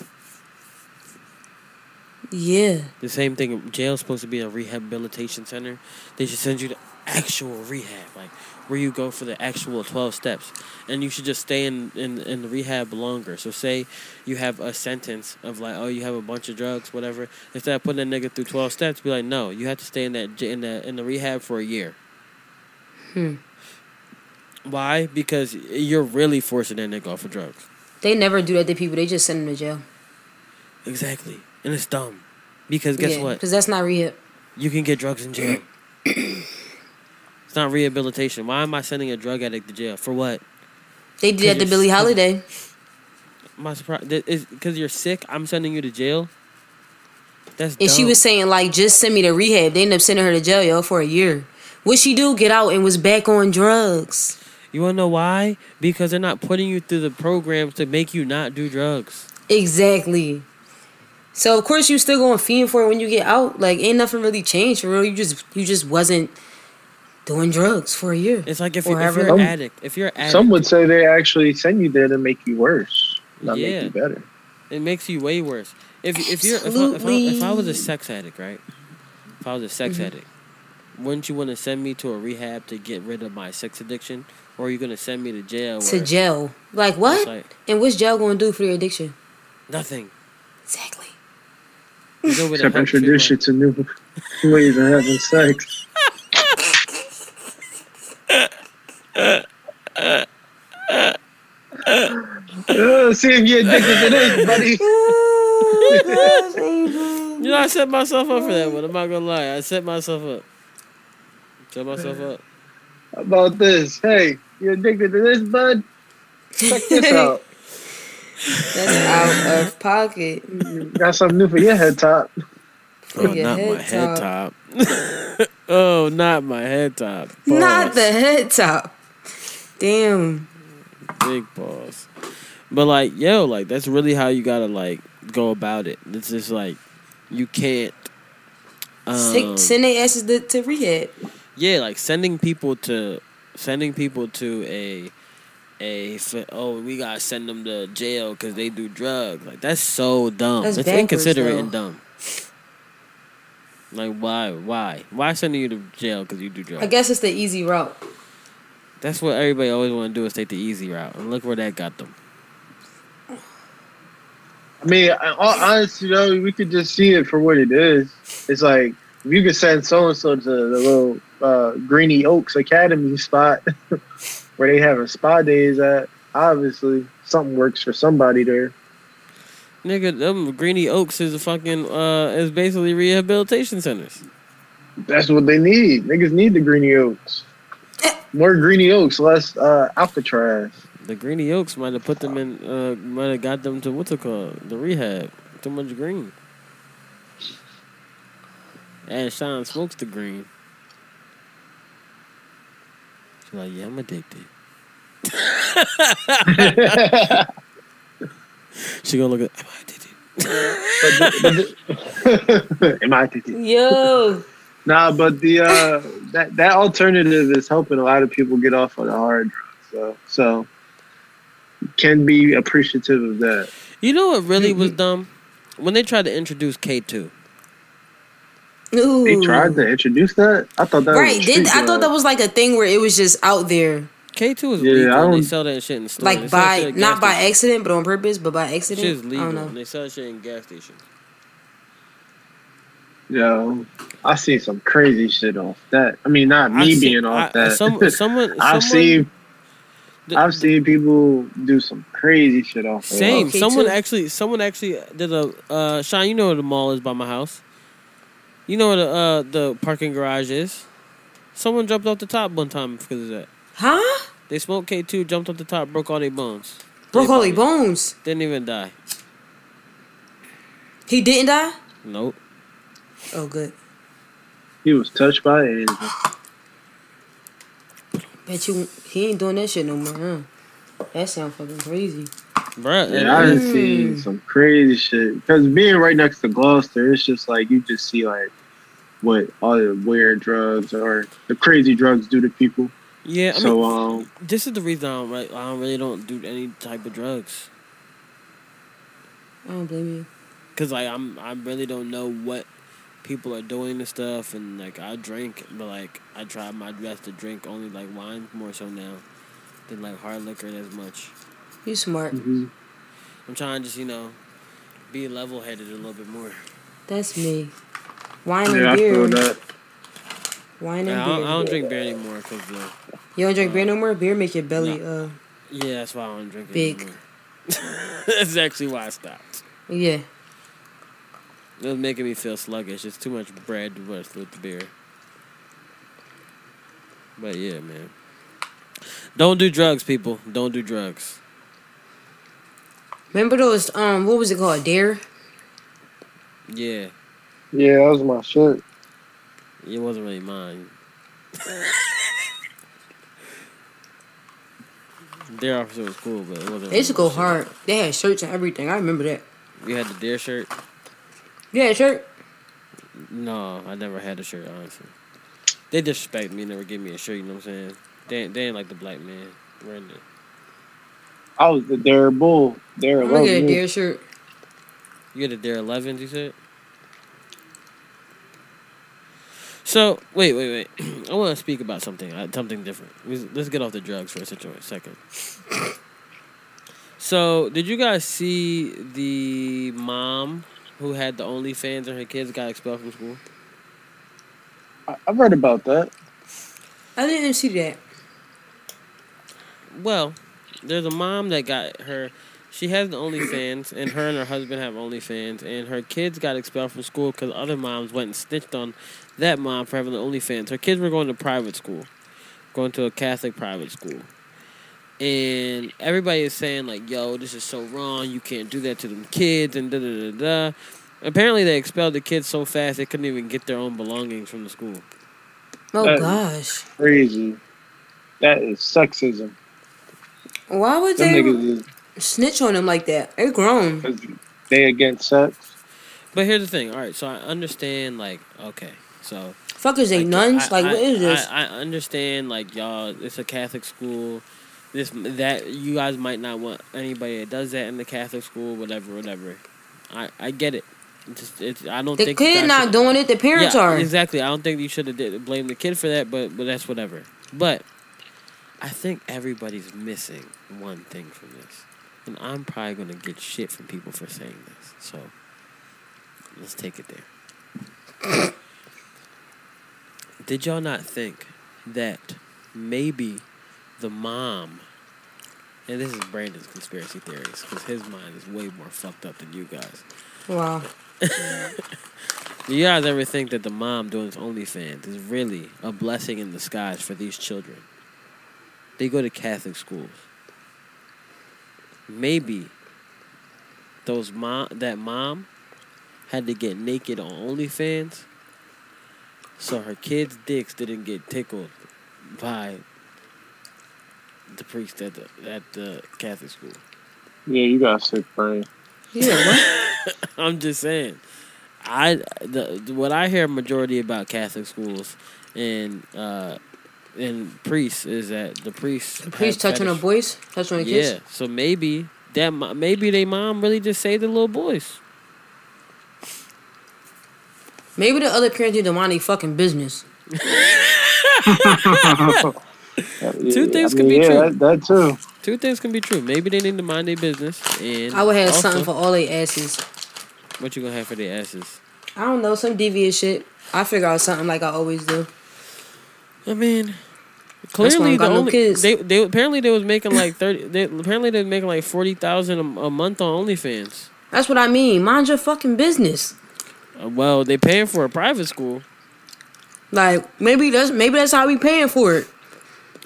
S2: Yeah.
S1: The same thing. Jail's supposed to be a rehabilitation center. They should send you to actual rehab, like where you go for the actual twelve steps, and you should just stay in in, in the rehab longer. So say you have a sentence of like, oh, you have a bunch of drugs, whatever. Instead of putting that nigga through twelve steps, be like, no, you have to stay in that j- in the in the rehab for a year.
S2: Hmm.
S1: Why? Because you're really forcing that nigga off of drugs.
S2: They never do that to people. They just send them to jail.
S1: Exactly, and it's dumb. Because guess what?
S2: Because that's not rehab.
S1: You can get drugs in jail. [clears throat] it's not rehabilitation. Why am I sending a drug addict to jail? For what?
S2: They
S1: Because
S2: did that to
S1: you're
S2: Billie
S1: sick.
S2: Holiday.
S1: My surprise is because you're sick. I'm sending you to jail. That's
S2: And she
S1: dumb.
S2: was saying, like, just send me to rehab. They end up sending her to jail, yo, for a year. What she do? Get out and was back on drugs.
S1: You wanna know why? Because they're not putting you through the programs to make you not do drugs.
S2: Exactly. So of course you still gonna fiend for it when you get out. Like ain't nothing really changed for real. You just you just wasn't doing drugs for a year.
S1: It's like if,
S2: Or
S1: you, if
S2: however-
S1: you're an addict, if you're an addict,
S8: Some would say they actually send you there to make you worse, not
S1: Yeah.
S8: make you better.
S1: It makes you way worse. If if you're if I, if, I, if I was
S2: Absolutely.
S1: a sex addict, right? If I was a sex
S2: Mhm.
S1: addict, wouldn't you want to send me to a rehab to get rid of my sex addiction, or are you gonna send me to jail?
S2: To
S1: where
S2: jail. Like what?
S1: It's like-
S2: and what's jail gonna do for your addiction?
S1: Nothing.
S2: Exactly.
S1: He's over there
S8: Except
S1: hurt
S8: introduce
S2: [laughs]
S8: you to new [laughs] ways of having sex. Uh, see if you're addicted to this, buddy.
S1: You know, I set myself up for that one. I'm not gonna lie. I set myself up. Set myself up.
S8: About this. Hey, you're addicted to this, bud? Check
S2: [laughs]
S8: this out.
S2: That's out of pocket.
S8: Got something new for your head top.
S1: Oh,
S2: Your
S1: not my head top. [laughs] oh, not my head top.
S2: Not
S1: Pause.
S2: the head top. Damn.
S1: big pause. But like, yo, like that's really how you gotta like go about it. It's just like you can't.
S2: Sick-
S1: um,
S2: send their asses to, to rehab.
S1: Yeah, like sending people to sending people to a a f- oh we gotta send them to jail because they do drugs. Like that's so dumb.
S2: That's
S1: it's
S2: backwards,
S1: inconsiderate
S2: though.
S1: and dumb. Like why why why sending you to jail because you do drugs?
S2: I guess it's the easy route.
S1: That's what everybody always want to do is take the easy route, and look where that got them.
S8: I mean, I- all honestly though, we could just see it for what it is. It's like if you could send so and so to the little uh, Greeny Oaks Academy spot [laughs] where they having spa days at. Obviously, something works for somebody there.
S1: Nigga, them Greeny Oaks is a fucking uh is basically rehabilitation centers.
S8: That's what they need. Niggas need the Greeny Oaks. More Greeny Oaks, less uh, Alcatraz. [laughs]
S1: The Greeny Oaks might have put them in, uh, might have got them to what's it called? The rehab. Too much green. And Sean smokes the green. She's like, yeah, I'm addicted. [laughs] she gonna look at.
S8: Am I thinking?
S2: Yo.
S8: Nah, but the uh, that that alternative is helping a lot of people get off on the hard drugs. So, so can be appreciative of that.
S1: You know what really was dumb? When they tried to introduce K two.
S8: They tried to introduce that. I thought that
S2: Hmm. Right?
S8: Was
S2: Did I thought that was like a thing where it was just out there,
S1: K two is
S8: Yeah, I
S1: legal. They
S8: don't-
S1: sell that shit in stores. They
S2: like
S1: sell shit
S2: by
S1: at gas
S2: not by
S1: stations.
S2: accident, but on purpose, but by
S1: Shit
S2: accident.
S1: is
S2: I don't
S1: legal.
S2: know.
S1: and They sell shit in gas stations.
S8: Yo, I see some crazy shit off that. I mean, not me
S1: I've seen-
S8: being
S1: I-
S8: off that. [laughs]
S1: some- someone- someone-
S8: I've seen. I've seen people do some crazy shit off. of it.
S1: Same. Someone actually, someone actually did a. Uh, Sean, you know where the mall is by my house. You know where the uh, the parking garage is. Someone jumped off the top one time because of that.
S2: Huh?
S1: They smoked K two, jumped off the top, broke all their bones.
S2: Broke all their bones.
S1: Didn't even die.
S2: He didn't die.
S1: Nope.
S2: Oh, good.
S8: He was touched by it.
S2: Bet you he ain't doing that shit no more. Huh? That sound fucking crazy.
S1: Bruh,
S8: Yeah, I done
S2: Mm.
S8: seen some crazy shit. Because being right next to Gloucester, it's just like you just see like what all the weird drugs or the crazy drugs do to people.
S1: Yeah, I
S8: so
S1: mean,
S8: um,
S1: this is the reason I don't, right, I don't really don't do any type of drugs
S2: I don't blame you.
S1: because like I'm I really don't know what people are doing and stuff and like I drink but like I try my best to drink only like wine more so now than like hard liquor as much.
S2: You smart.
S8: Mm-hmm.
S1: I'm trying to just you know be level headed a little bit more.
S2: That's me.
S1: Yeah,
S2: Wine
S1: I
S2: and beer.
S1: feel that.
S2: Wine and
S1: Yeah, I, don't,
S2: beer.
S1: I don't drink beer anymore because uh,
S2: You don't drink beer no more. Beer make your belly. Uh,
S1: yeah that's why I don't drink it
S2: Big.
S1: anymore. [laughs] that's actually why I stopped.
S2: yeah.
S1: It was making me feel sluggish. It's too much bread to rush with the beer. But yeah, man. Don't do drugs, people. Don't do drugs.
S2: Remember those? Um, what was it called? Dare.
S1: Yeah,
S8: yeah, that was my shit.
S1: it wasn't really
S8: [laughs]
S1: mine. Dare officer was cool, but it wasn't.
S2: They used to go hard. They had shirts and everything. I remember that.
S1: You had the dare shirt?
S2: You had a shirt.
S1: No, I never had a shirt. Honestly, they disrespect me. Never give me a shirt. You know what I'm saying? They ain't, they ain't like the black man. Brandon.
S8: I was the Dare Bull. Dare
S1: Oh,
S2: I'm gonna get a
S8: Eleven.
S2: dare shirt.
S1: You had a Dare 11s, you said? So, wait, wait, wait. [clears throat] I want to speak about something, uh, something different. Let's- Let's get off the drugs for a situ- second. [coughs] So, did you guys see the mom who had the OnlyFans and her kids got expelled from school?
S8: I- I've read about that.
S2: I didn't see that.
S1: Well, there's a mom that got her. She has the OnlyFans, and her and her husband have OnlyFans, and her kids got expelled from school because other moms went and snitched on that mom for having the OnlyFans. Her kids were going to private school, going to a Catholic private school, and everybody is saying like, "Yo, this is so wrong. You can't do that to them kids." And da da da da. Apparently, they expelled the kids so fast they couldn't even get their own belongings from the school.
S2: Oh
S8: That is
S2: gosh.
S8: crazy. That is sexism.
S2: Why would
S8: Them
S2: they
S8: niggas is
S2: snitch on them like that? They're grown.
S8: they against sex.
S1: But here's the thing. All right, so I understand. Like, okay, so
S2: Fuckers ain't nuns.
S1: I-
S2: like what is
S1: I,
S2: this?
S1: I, I understand, like y'all, it's a Catholic school. This that you guys might not want anybody that does that in the Catholic school, whatever, whatever. I I get it. It's just, it's, I don't
S2: the
S1: think you
S2: kid
S1: guys
S2: not
S1: should-
S2: doing it. The parents
S1: Yeah,
S2: are.
S1: exactly. I don't think you should have did blame the kid for that, but but that's whatever. But I think everybody's missing one thing from this, and I'm probably gonna get shit from people for saying this. So let's take it there. [coughs] Did y'all not think that maybe the mom, and this is Brandon's conspiracy theories, because his mind is way more fucked up than you guys.
S2: Wow.
S1: Do you guys ever think that the mom doing this OnlyFans is really a blessing in disguise for these children? They go to Catholic schools. maybe those mom that mom had to get naked on OnlyFans, so her kids' dicks didn't get tickled by the priest at the at the Catholic school.
S8: Yeah, you got sick brain.
S1: [laughs] I'm just saying. I the, the- what I hear majority about Catholic schools and uh and priests is that the priests the
S2: Please touch on the boys, touch on the kids.
S1: Yeah, so maybe that mo- maybe they mom really just saved the little boys.
S2: Maybe the other parents need to mind their fucking business.
S1: Two things
S8: I
S1: could be
S8: mean, yeah,
S1: true.
S8: That, that too.
S1: Two things can be true. Maybe they need to mind their business and
S2: I would have
S1: also-
S2: something for all they asses.
S1: What you gonna have for their asses?
S2: I don't know, some devious shit. I figure out something like I always do.
S1: I mean,
S2: why I
S1: Clearly, the
S2: don't got no
S1: only
S2: kids.
S1: they they apparently they was making like thirty. They, apparently they was making like forty thousand a a month on OnlyFans.
S2: That's what I mean. Mind your fucking business.
S1: Uh, well, they paying for a private school.
S2: Like maybe that's maybe that's how we paying for it.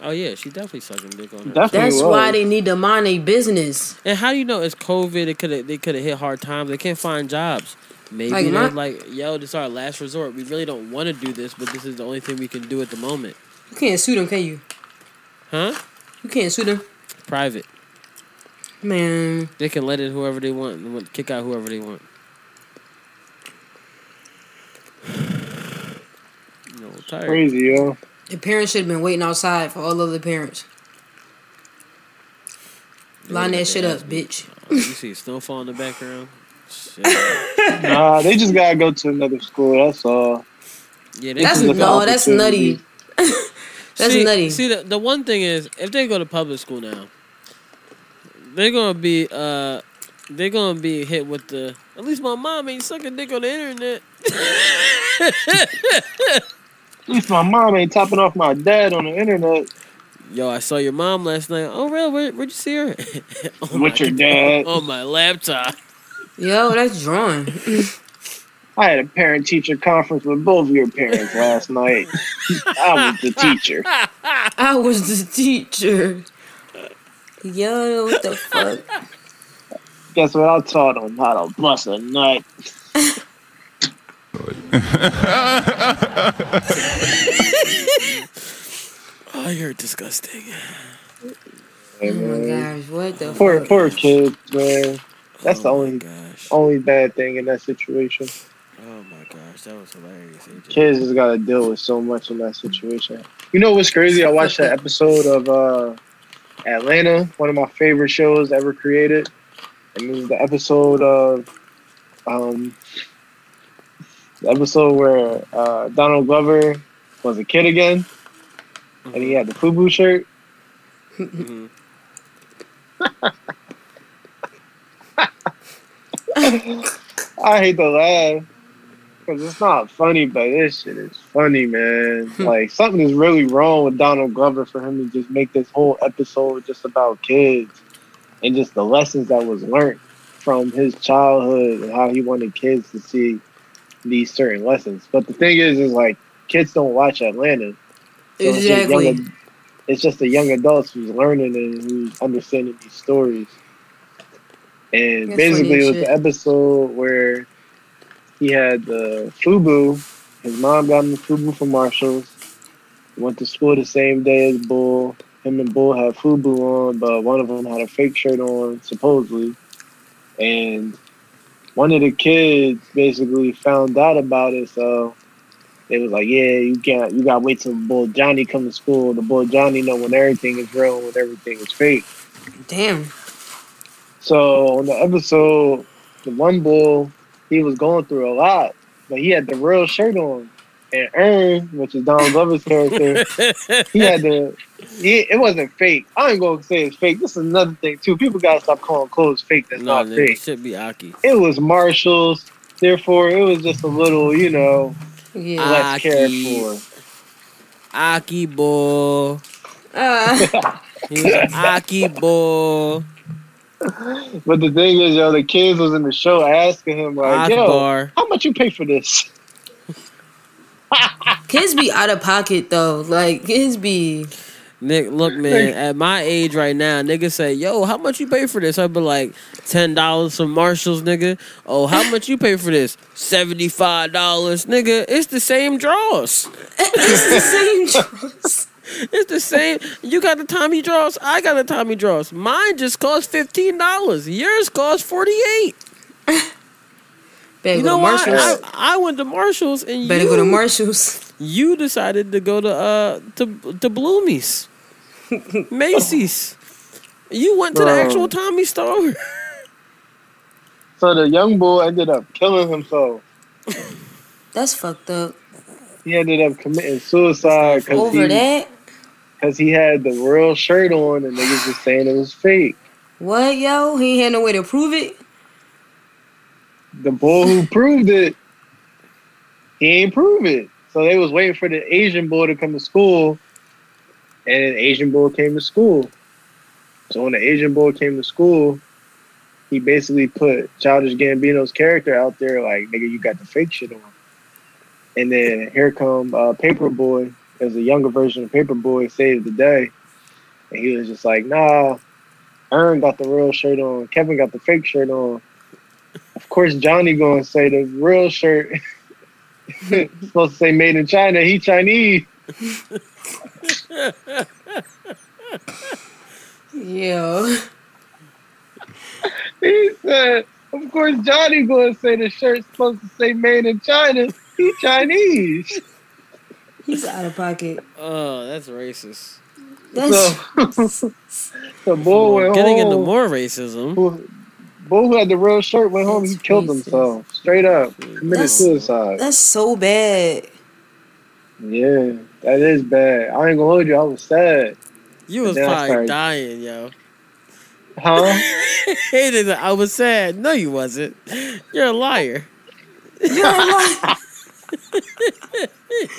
S1: Oh yeah, she definitely sucking dick on her.
S2: that's why they need to mind their business.
S1: And how do you know it's COVID? It could have they could have hit hard times. They can't find jobs. Maybe
S2: Like,
S1: they're
S2: my-
S1: like, yo, this is our last resort. We really don't want to do this, but this is the only thing we can do at the moment,
S2: You can't sue them, can you?
S1: huh?
S2: You can't sue them,
S1: Private.
S2: man.
S1: They can let in whoever they want, and want- kick out whoever they want. [sighs] No, I'm tired.
S8: Crazy, yo.
S2: The parents should have been waiting outside for all other parents. Line that shit up, bitch.
S1: You see snowfall in the background.
S2: [laughs]
S1: Shit.
S8: Nah, they just gotta go to another school. That's all.
S1: Yeah,
S2: That's
S8: This is an
S2: no, that's nutty. That's
S1: see,
S2: nutty.
S1: See, the, the one thing is, if they go to public school now, they're gonna be uh, they're gonna be hit with the. At least my mom ain't sucking dick on the internet. [laughs]
S8: At least my mom ain't topping off my dad on the internet.
S1: Yo, I saw your mom last night. Oh, real? Where, where'd you see her? [laughs] On
S8: With
S1: my- Oh.
S8: your dad.
S1: on my laptop.
S2: Yo, that's drawing. [laughs]
S8: I had a parent teacher conference with both of your parents last night. I was the teacher.
S2: I was the teacher. Yo, what the
S1: [laughs]
S2: fuck?
S8: Guess what? I taught them how to bust a nut.
S1: Oh, you're disgusting.
S2: Oh my gosh, what the
S8: Poor,
S2: fuck?
S8: poor kids, man. That's the only, oh. only bad thing in that situation.
S1: Oh my gosh, that was hilarious. AJ.
S8: Kids just gotta deal with so much in that situation. You know what's crazy? I watched that episode of uh, Atlanta, one of my favorite shows ever created, and this is the episode of um, the episode where uh, Donald Glover was a kid again, and he had the FUBU shirt.
S1: Mm-hmm. [laughs]
S8: I hate to laugh because it's not funny, but this shit is funny, man. like something is really wrong with Donald Glover for him to just make this whole episode just about kids and just the lessons that was learned from his childhood and how he wanted kids to see these certain lessons. But the thing is, is like kids don't watch Atlanta. it's just young
S2: Exactly.
S8: ad- it's just the young adults who's learning and who's understanding these stories. And
S2: That's
S8: basically,
S2: funny
S8: it was
S2: shit.
S8: the episode where he had the FUBU. His mom got him the FUBU from Marshalls. Went to school the same day as Bull. Him and Bull had FUBU on, but one of them had a fake shirt on, supposedly. And one of the kids basically found out about it, so they was like, "Yeah, you got you got to wait till Bull Johnny come to school. The Bull Johnny know when everything is real and when everything is fake."
S2: Damn.
S8: So on the episode, the one bull, he was going through a lot, but he had the real shirt on. And Ern, which is Donald Glover's character, he had the he, it wasn't fake. I ain't gonna say it's fake. This is another thing too. People gotta stop calling clothes fake. That's
S1: No,
S8: not
S1: nigga,
S8: fake.
S1: it should be Aki.
S8: It was Marshalls. Therefore, it was just a little, you know,
S2: Yeah. [laughs]
S8: less cared
S1: Aki.
S8: for.
S1: Aki boy.
S2: Uh,
S1: He was
S8: [laughs]
S1: an Aki boy.
S8: But the thing is, yo, the kids was in the show asking him like, "Yo,
S1: Akbar.
S8: how much you pay for this?"
S1: [laughs]
S2: kids be out of pocket though. Like kids be
S1: Nick, look, man, at my age right now, niggas say, yo, how much you pay for this? I'd be like, $10 from Marshalls, nigga. Oh, how much you pay for this? $75, nigga. It's the same draws. it's the same draws. It's the same. You got the Tommy draws. I got the Tommy draws. Mine just cost fifteen dollars. Yours cost forty eight.
S2: Better
S1: you
S2: go
S1: know
S2: to
S1: what? I,
S2: Marshalls.
S1: I went to Marshalls and
S2: Better
S1: you,
S2: go to Marshalls.
S1: You decided to go to uh to to
S2: [laughs]
S1: Bloomies, Macy's. You went to the
S8: Bro.
S1: actual Tommy store.
S8: So the young boy ended up killing himself.
S2: That's fucked up.
S8: He ended up committing suicide because
S2: Over
S8: he,
S2: that?
S8: 'cause he had the real shirt on and niggas was saying it was fake.
S2: What, yo? He ain't had no way to prove it.
S8: The boy who proved it, he ain't prove it. So they was waiting for the Asian boy to come to school, and an Asian boy came to school. So when the Asian boy came to school, he basically put Childish Gambino's character out there, like nigga, you got the fake shit on. And then here come uh, Paperboy, as a younger version of Paperboy, saved the day, and he was just like, nah. Aaron got the real shirt on. Kevin got the fake shirt on. Of course, Johnny gonna say the real shirt. [laughs] It's supposed to say made in China. He Chinese.
S2: Yeah. [laughs]
S8: He said, of course, Johnny gonna say the shirt's supposed to say made in China. He Chinese.
S2: He's out of pocket.
S1: Oh, that's racist.
S2: That's-
S8: So, the boy went
S1: Getting
S8: home.
S1: into more racism.
S8: boy who had the real shirt went home. He killed himself straight up, committed
S2: That's- [laughs]
S8: suicide.
S2: That's so [laughs] bad.
S8: yeah, that is bad. I ain't gonna hold you. I was sad,
S1: You was
S8: Then I
S1: probably
S8: started-
S1: dying, yo. [laughs]
S8: [laughs] huh?
S1: It is- I was sad. No, you wasn't. You're a liar. [laughs]
S2: You're a liar.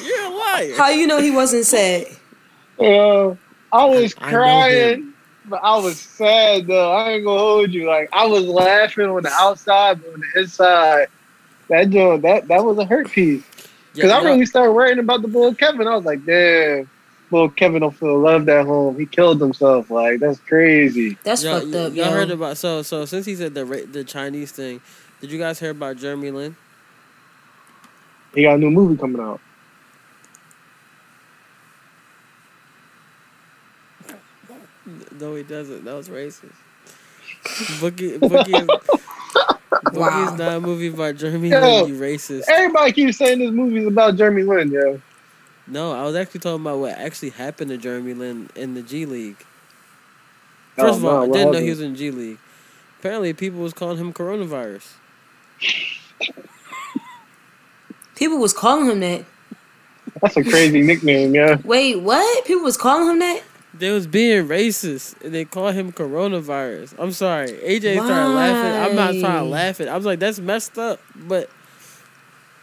S1: You're a liar.
S2: How you know he wasn't sad?
S8: Uh, I was
S2: I know
S8: crying, but I was sad though. I ain't gonna hold you. Like I was laughing on the outside, but on the inside, that joint, that that was a hurt piece. Because
S1: Yeah,
S8: I
S1: yeah.
S8: really started worrying about the boy Kevin. I was like, damn, boy Kevin don't feel loved at home. He killed himself. Like that's crazy.
S1: Y'all- Y'all heard about so so since he said the ra- the Chinese thing, did you guys hear about Jeremy Lin?
S8: He got a new movie coming out.
S1: No, he doesn't. That was racist. Bookie Bookie
S8: [laughs]
S1: is, Bookie's
S8: Wow.
S1: not a movie about Jeremy
S8: Yo,
S1: Lin. You racist.
S8: Everybody keeps saying this movie's about Jeremy Lin. Yeah,
S1: No, I was actually talking about what actually happened to Jeremy Lin in the G League.
S8: Oh,
S1: First of all,
S8: no,
S1: I
S8: what
S1: didn't know he
S8: happened?
S1: was in G League. Apparently, people was calling him coronavirus.
S2: People was calling him that.
S8: that's a crazy [laughs] nickname. Yeah,
S2: Wait, what? People was calling him that?
S1: They was being racist and they call him coronavirus. I'm sorry. AJ started laughing. I'm not trying to
S2: Why?
S1: laugh at I was like, that's messed up, but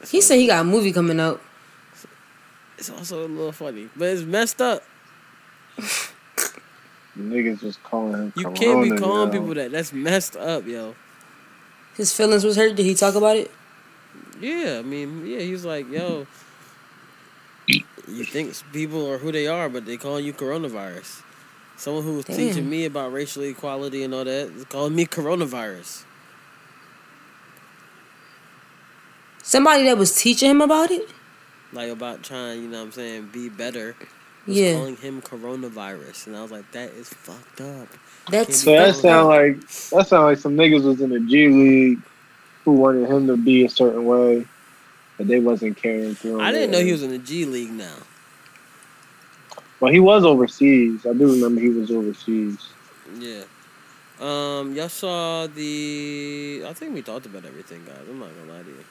S2: He said he got a movie coming out.
S1: it's also a little funny. But it's messed up.
S8: niggas was calling him.
S1: You can't be
S8: Corona,
S1: calling
S8: yo.
S1: people that. That's messed up, yo.
S2: His feelings was hurt. Did he talk about it?
S1: Yeah, I mean, yeah, he was like, yo, you think people are who they are, but they call you coronavirus. Someone who was
S2: Damn.
S1: teaching me about racial equality and all that is calling me coronavirus.
S2: Somebody that was teaching him about it?
S1: like about trying, you know what I'm saying, be better. Was
S2: Yeah.
S1: calling him coronavirus. And I was like, that is fucked up.
S2: That's
S8: So that
S2: fucked
S8: sound
S2: up.
S8: like that sound like some niggas was in the G League who wanted him to be a certain way, but they wasn't carrying through.
S2: Oh,
S8: on
S1: I didn't
S8: that.
S1: know he was in the G League now.
S8: Well, he was overseas. I do remember he was overseas.
S1: Yeah. Um, y'all saw the I think we talked about everything, guys. I'm not gonna lie to you.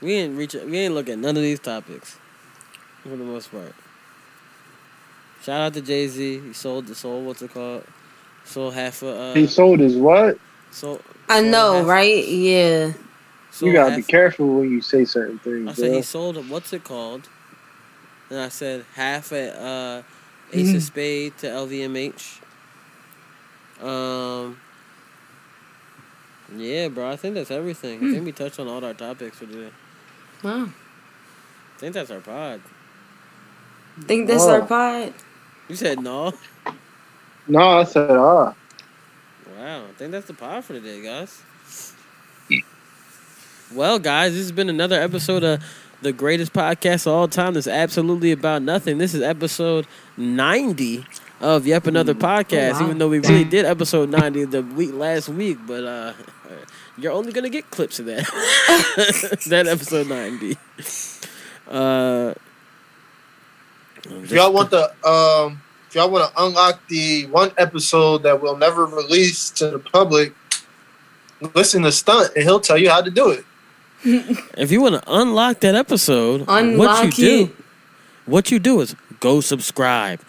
S1: We ain't reach we ain't look at none of these topics. For the most part. Shout out to Jay Z. He sold the soul, what's it called? Sold half a uh
S8: he sold his what?
S1: sold,
S2: I
S1: sold
S2: know,
S1: half-
S2: right? Yeah.
S1: sold
S8: You gotta
S1: half-
S8: be careful when you say certain
S1: I
S8: things.
S1: said
S8: bro.
S1: he sold a- what's it called? And I said half at uh, Ace of
S8: Mhm.
S1: Spade to LVMH. Um. Yeah, bro. I think that's everything. I think we touched on all our topics for today.
S2: Wow.
S1: I think that's our pod.
S2: Think that's
S1: Wow.
S2: our pod?
S1: You said no.
S8: No, I said ah.
S1: Wow, I think that's the pod for today, guys. Well, guys, this has been another episode of the greatest podcast of all time. That's absolutely about nothing. This is episode ninety of Yep Another Podcast.
S2: wow.
S1: Even though we really did episode ninety the week last week, but uh, you're only gonna get clips of that. [laughs] that episode ninety. Uh,
S15: If y'all want the um, if y'all want to unlock the one episode that we'll never release to the public, listen to Stunt and he'll tell you how to do it.
S1: If you want to unlock that episode,
S15: Unlock
S1: what you
S15: it.
S1: do, what you do is go subscribe.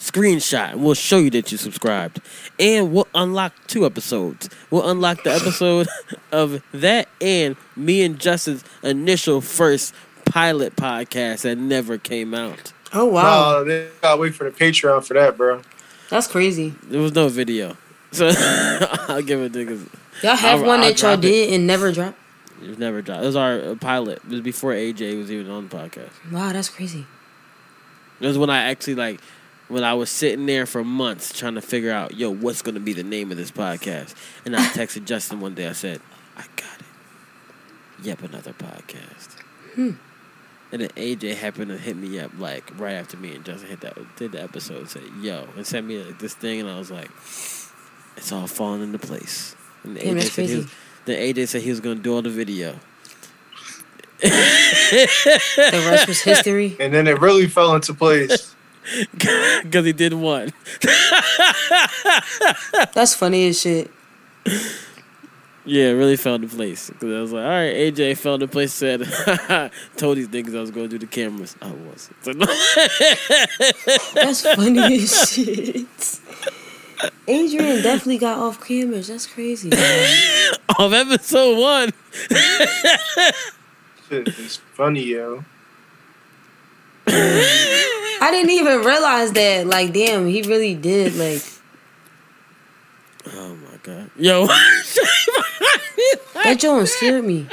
S1: Screenshot. We'll show you that you subscribed, and we'll unlock two episodes. We'll unlock the episode [laughs] of that and me and Justin's initial first pilot podcast that never came out.
S2: Oh wow,
S15: Nah, they gotta wait for the Patreon for that, bro.
S2: that's crazy.
S1: There was no video, [laughs] so I'll give it niggas.
S2: Y'all have
S1: I'll-
S2: one
S1: I'll
S2: that y'all
S1: drop it.
S2: did and never dropped.
S1: It was never dropped. It was our uh, pilot. It was before AJ was even on the podcast.
S2: Wow, that's crazy.
S1: It was when I actually like when I was sitting there for months trying to figure out, yo, what's gonna be the name of this podcast? And I texted Justin one day. I said, I got it. Yep, another podcast.
S2: Hmm.
S1: And then AJ happened to hit me up like right after me and Justin hit that did the episode. and Said, yo, and sent me like, this thing, and I was like, it's all falling into place. And
S2: Damn, that's
S1: said he
S2: crazy.
S1: was, then AJ said he was gonna do all the video. [laughs]
S2: The rest was
S1: [laughs]
S2: history.
S15: And then it really fell into place.
S1: Because he did one. [laughs]
S2: That's funny as shit.
S1: Yeah, it really fell into place. Cause I was like, all right, AJ fell into place. Said, [laughs] told these niggas I was going to do the cameras. I was.
S2: That's funny as shit. Adrian definitely got off cameras. That's crazy. man.
S1: [laughs] of episode one. [laughs]
S15: Shit, it's funny, yo.
S2: I didn't even realize that. Like, damn, he really did. Like,
S1: Oh my god, yo, [laughs]
S2: that joint scared me.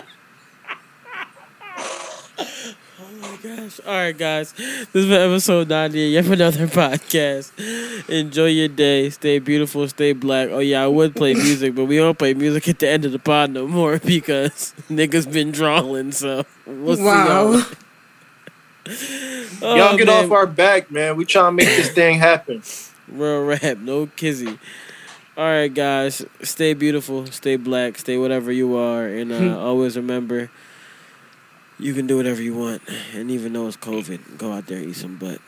S1: Oh gosh. All right, guys, this has been episode ninety. Yet another [laughs] podcast. Enjoy your day. Stay beautiful. Stay black. Oh yeah, I would play music, but we don't play music at the end of the pod no more [laughs] because niggas been drawing. So we'll
S2: Wow.
S1: see y'all.
S15: y'all
S1: Oh,
S15: get
S1: man.
S15: off our back, man. We trying to make this thing happen.
S1: Real rap, no kizzy. All right, guys, stay beautiful, stay black, stay whatever you are,
S15: [laughs]
S1: and uh, always remember you can do whatever you want. And even though it's COVID, go out there eat some butt.